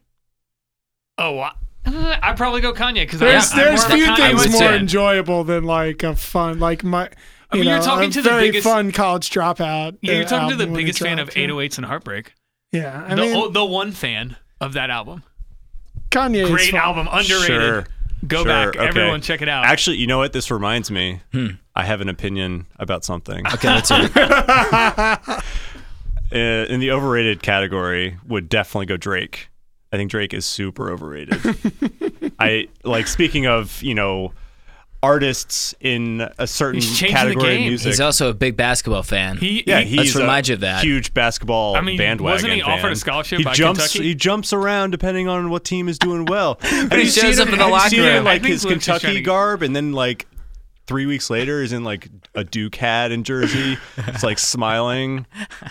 oh, I, I'd probably go Kanye because
There's
I'm
there's
more of a
few
Kanye
things
fan.
more
fan.
enjoyable than like a fun like my.
I mean,
you
you're
know,
talking
a
to the
very
biggest-
fun college dropout.
Yeah, you're
uh,
talking to the
album when it
biggest fan of
dropped, yeah.
808s and Heartbreak.
Yeah, I
the
mean
o- the one fan of that album.
Kanye. is
Great
fun.
album, underrated.
Sure.
Go
Sure,
back,
okay.
everyone, check it out.
Actually, you know what? This reminds me. I have an opinion about something.
Hmm. Okay, let's hear it.
Uh, In the overrated category, would definitely go Drake. I think Drake is super overrated. I like speaking of you know artists in a certain
He's changing the
category of
game.
music.
He's also a big basketball fan.
he,
yeah,
he-
he's
Let's remind
a
you of that.
huge basketball
I mean,
bandwagon.
wasn't he offered a
fan.
scholarship
He
by
jumps.
Kentucky?
He jumps around depending on what team is doing well. and
he shows up in the locker room.
I
like
think
his
Luke's just trying
Kentucky
to-
garb, and then like three weeks later is in like a Duke hat and jersey. It's like smiling.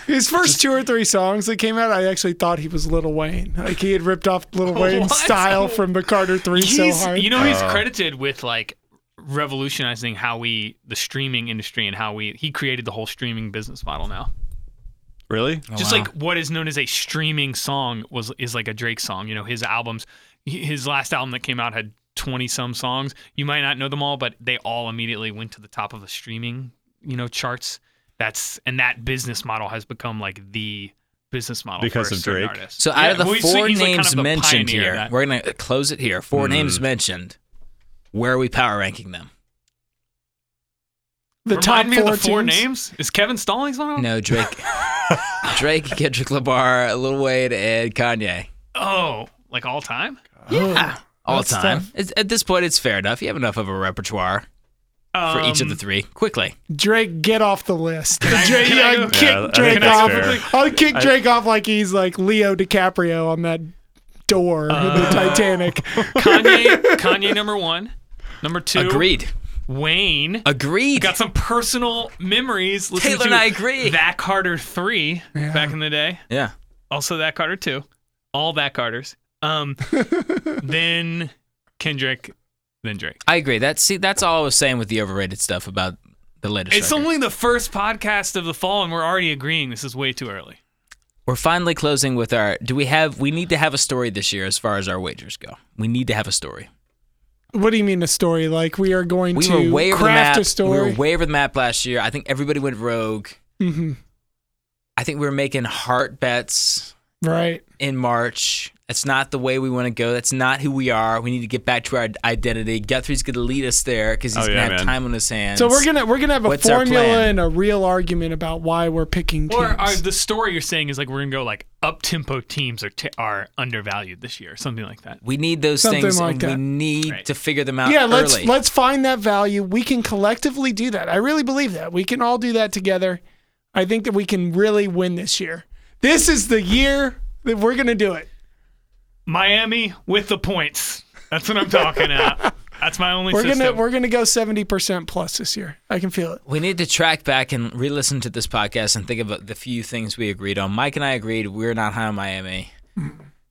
His first two or three songs that came out, I actually thought he was Little Wayne. Like he had ripped off Little Wayne's
What?
style from the Carter Three so
he's-
hard.
you know, he's credited with like revolutionizing how we the streaming industry and how we he created the whole streaming business model now.
Really?
just
wow.
like what is known as a streaming song was is like a Drake song. You know, his albums, his last album that came out had twenty some songs. You might not know them all, but they all immediately went to the top of the streaming, you know, charts. That's and that business model has become like the business model
Because
for a
of
certain
Drake?
Artist.
So out of the
Yeah, well, he's-
four
he's like kind
names
of the
mentioned
pioneer of
here,
that. Hmm.
we're gonna close it here. Four names mentioned. Where are we power ranking them?
The
Remind me
top
of
four,
the four
teams?
names. Is Kevin Stallings
Oh.
on? it?
No, Drake, Drake, Kendrick Lamar, Lil Wayne, and Kanye.
Oh, like all time?
Yeah.
All
That's
time.
tough.
It's, at this point, it's fair enough. You have enough of a repertoire for each of the
Um,
three. Quickly,
Drake, get off the list.
I-
Drake,
can I
I'd
go-
kick
Yeah, I think
Drake
that's
off.
fair.
I'll kick
I-
Drake off like he's like Leo DiCaprio on that door in the Titanic.
Kanye, Kanye number one, number two.
agreed.
Wayne.
Agreed.
Got some personal memories. listening
Taylor and
to
I agree.
That Carter three
Yeah.
back in the day.
yeah.
Also that Carter two. All that Carters. Um, then Kendrick, then Drake.
I agree. That's see, that's all I was saying with the overrated stuff about the latest.
It's
record.
only the first podcast of the fall, and we're already agreeing this is way too early.
We're finally closing with our. Do we have? We need to have a story this year as far as our wagers go. We need to have a story.
What do you mean a story? Like we are going
We
to
were way over the
craft
map.
a story.
We were way over the map last year. I think everybody went rogue.
Mhm.
I think we were making heart bets
Right.
in March. That's not the way we want to go. That's not who we are. We need to get back to our identity. Guthrie's going to lead us there because he's
Oh,
going to
yeah,
have
man.
time on his hands.
So we're gonna we're gonna have a
What's our
formula
plan?
and a real argument about why we're picking teams.
Or are, the story you're saying is like we're gonna go like up tempo teams are t- are undervalued this year, something like that.
We need those
Something
things.
like
and
that.
We need
Right.
to figure them out.
yeah, let's
early.
let's find that value. We can collectively do that. I really believe that. We can all do that together. I think that we can really win this year. This is the year that we're gonna do it.
Miami with the points. That's what I'm talking about. That's my only.
We're gonna
system.
we're gonna go seventy percent plus this year. I can feel it.
We need to track back and re-listen to this podcast and think of the few things we agreed on. Mike and I agreed we're not high on Miami.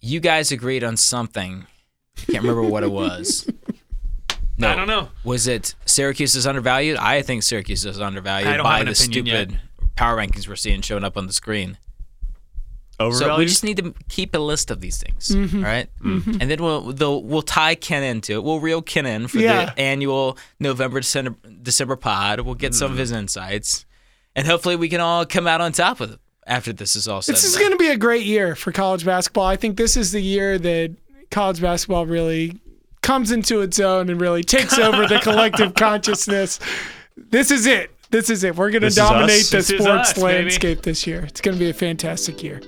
You guys agreed on something. Can't remember what it was. No,
I don't know.
Was it Syracuse is undervalued? I think Syracuse is undervalued
I don't
by
have an
the
opinion yet.
stupid power rankings we're seeing showing up on the screen. So we
Overvalued?
just need to keep a list of these things,
Mm-hmm.
all right? And then we'll though we'll tie Ken into it. We'll reel Ken in for
Yeah.
the annual November December, December pod. We'll get some of
Mm-hmm.
his insights, and hopefully we can all come out on top with it after this is all said.
This
and
is
done.
gonna be a great year for college basketball. I think this is the year that college basketball really comes into its own and really takes over the collective consciousness. This is it. This is it. We're gonna
This is us.
dominate the
This is
sports
us, baby.
landscape this year. It's gonna be a fantastic year.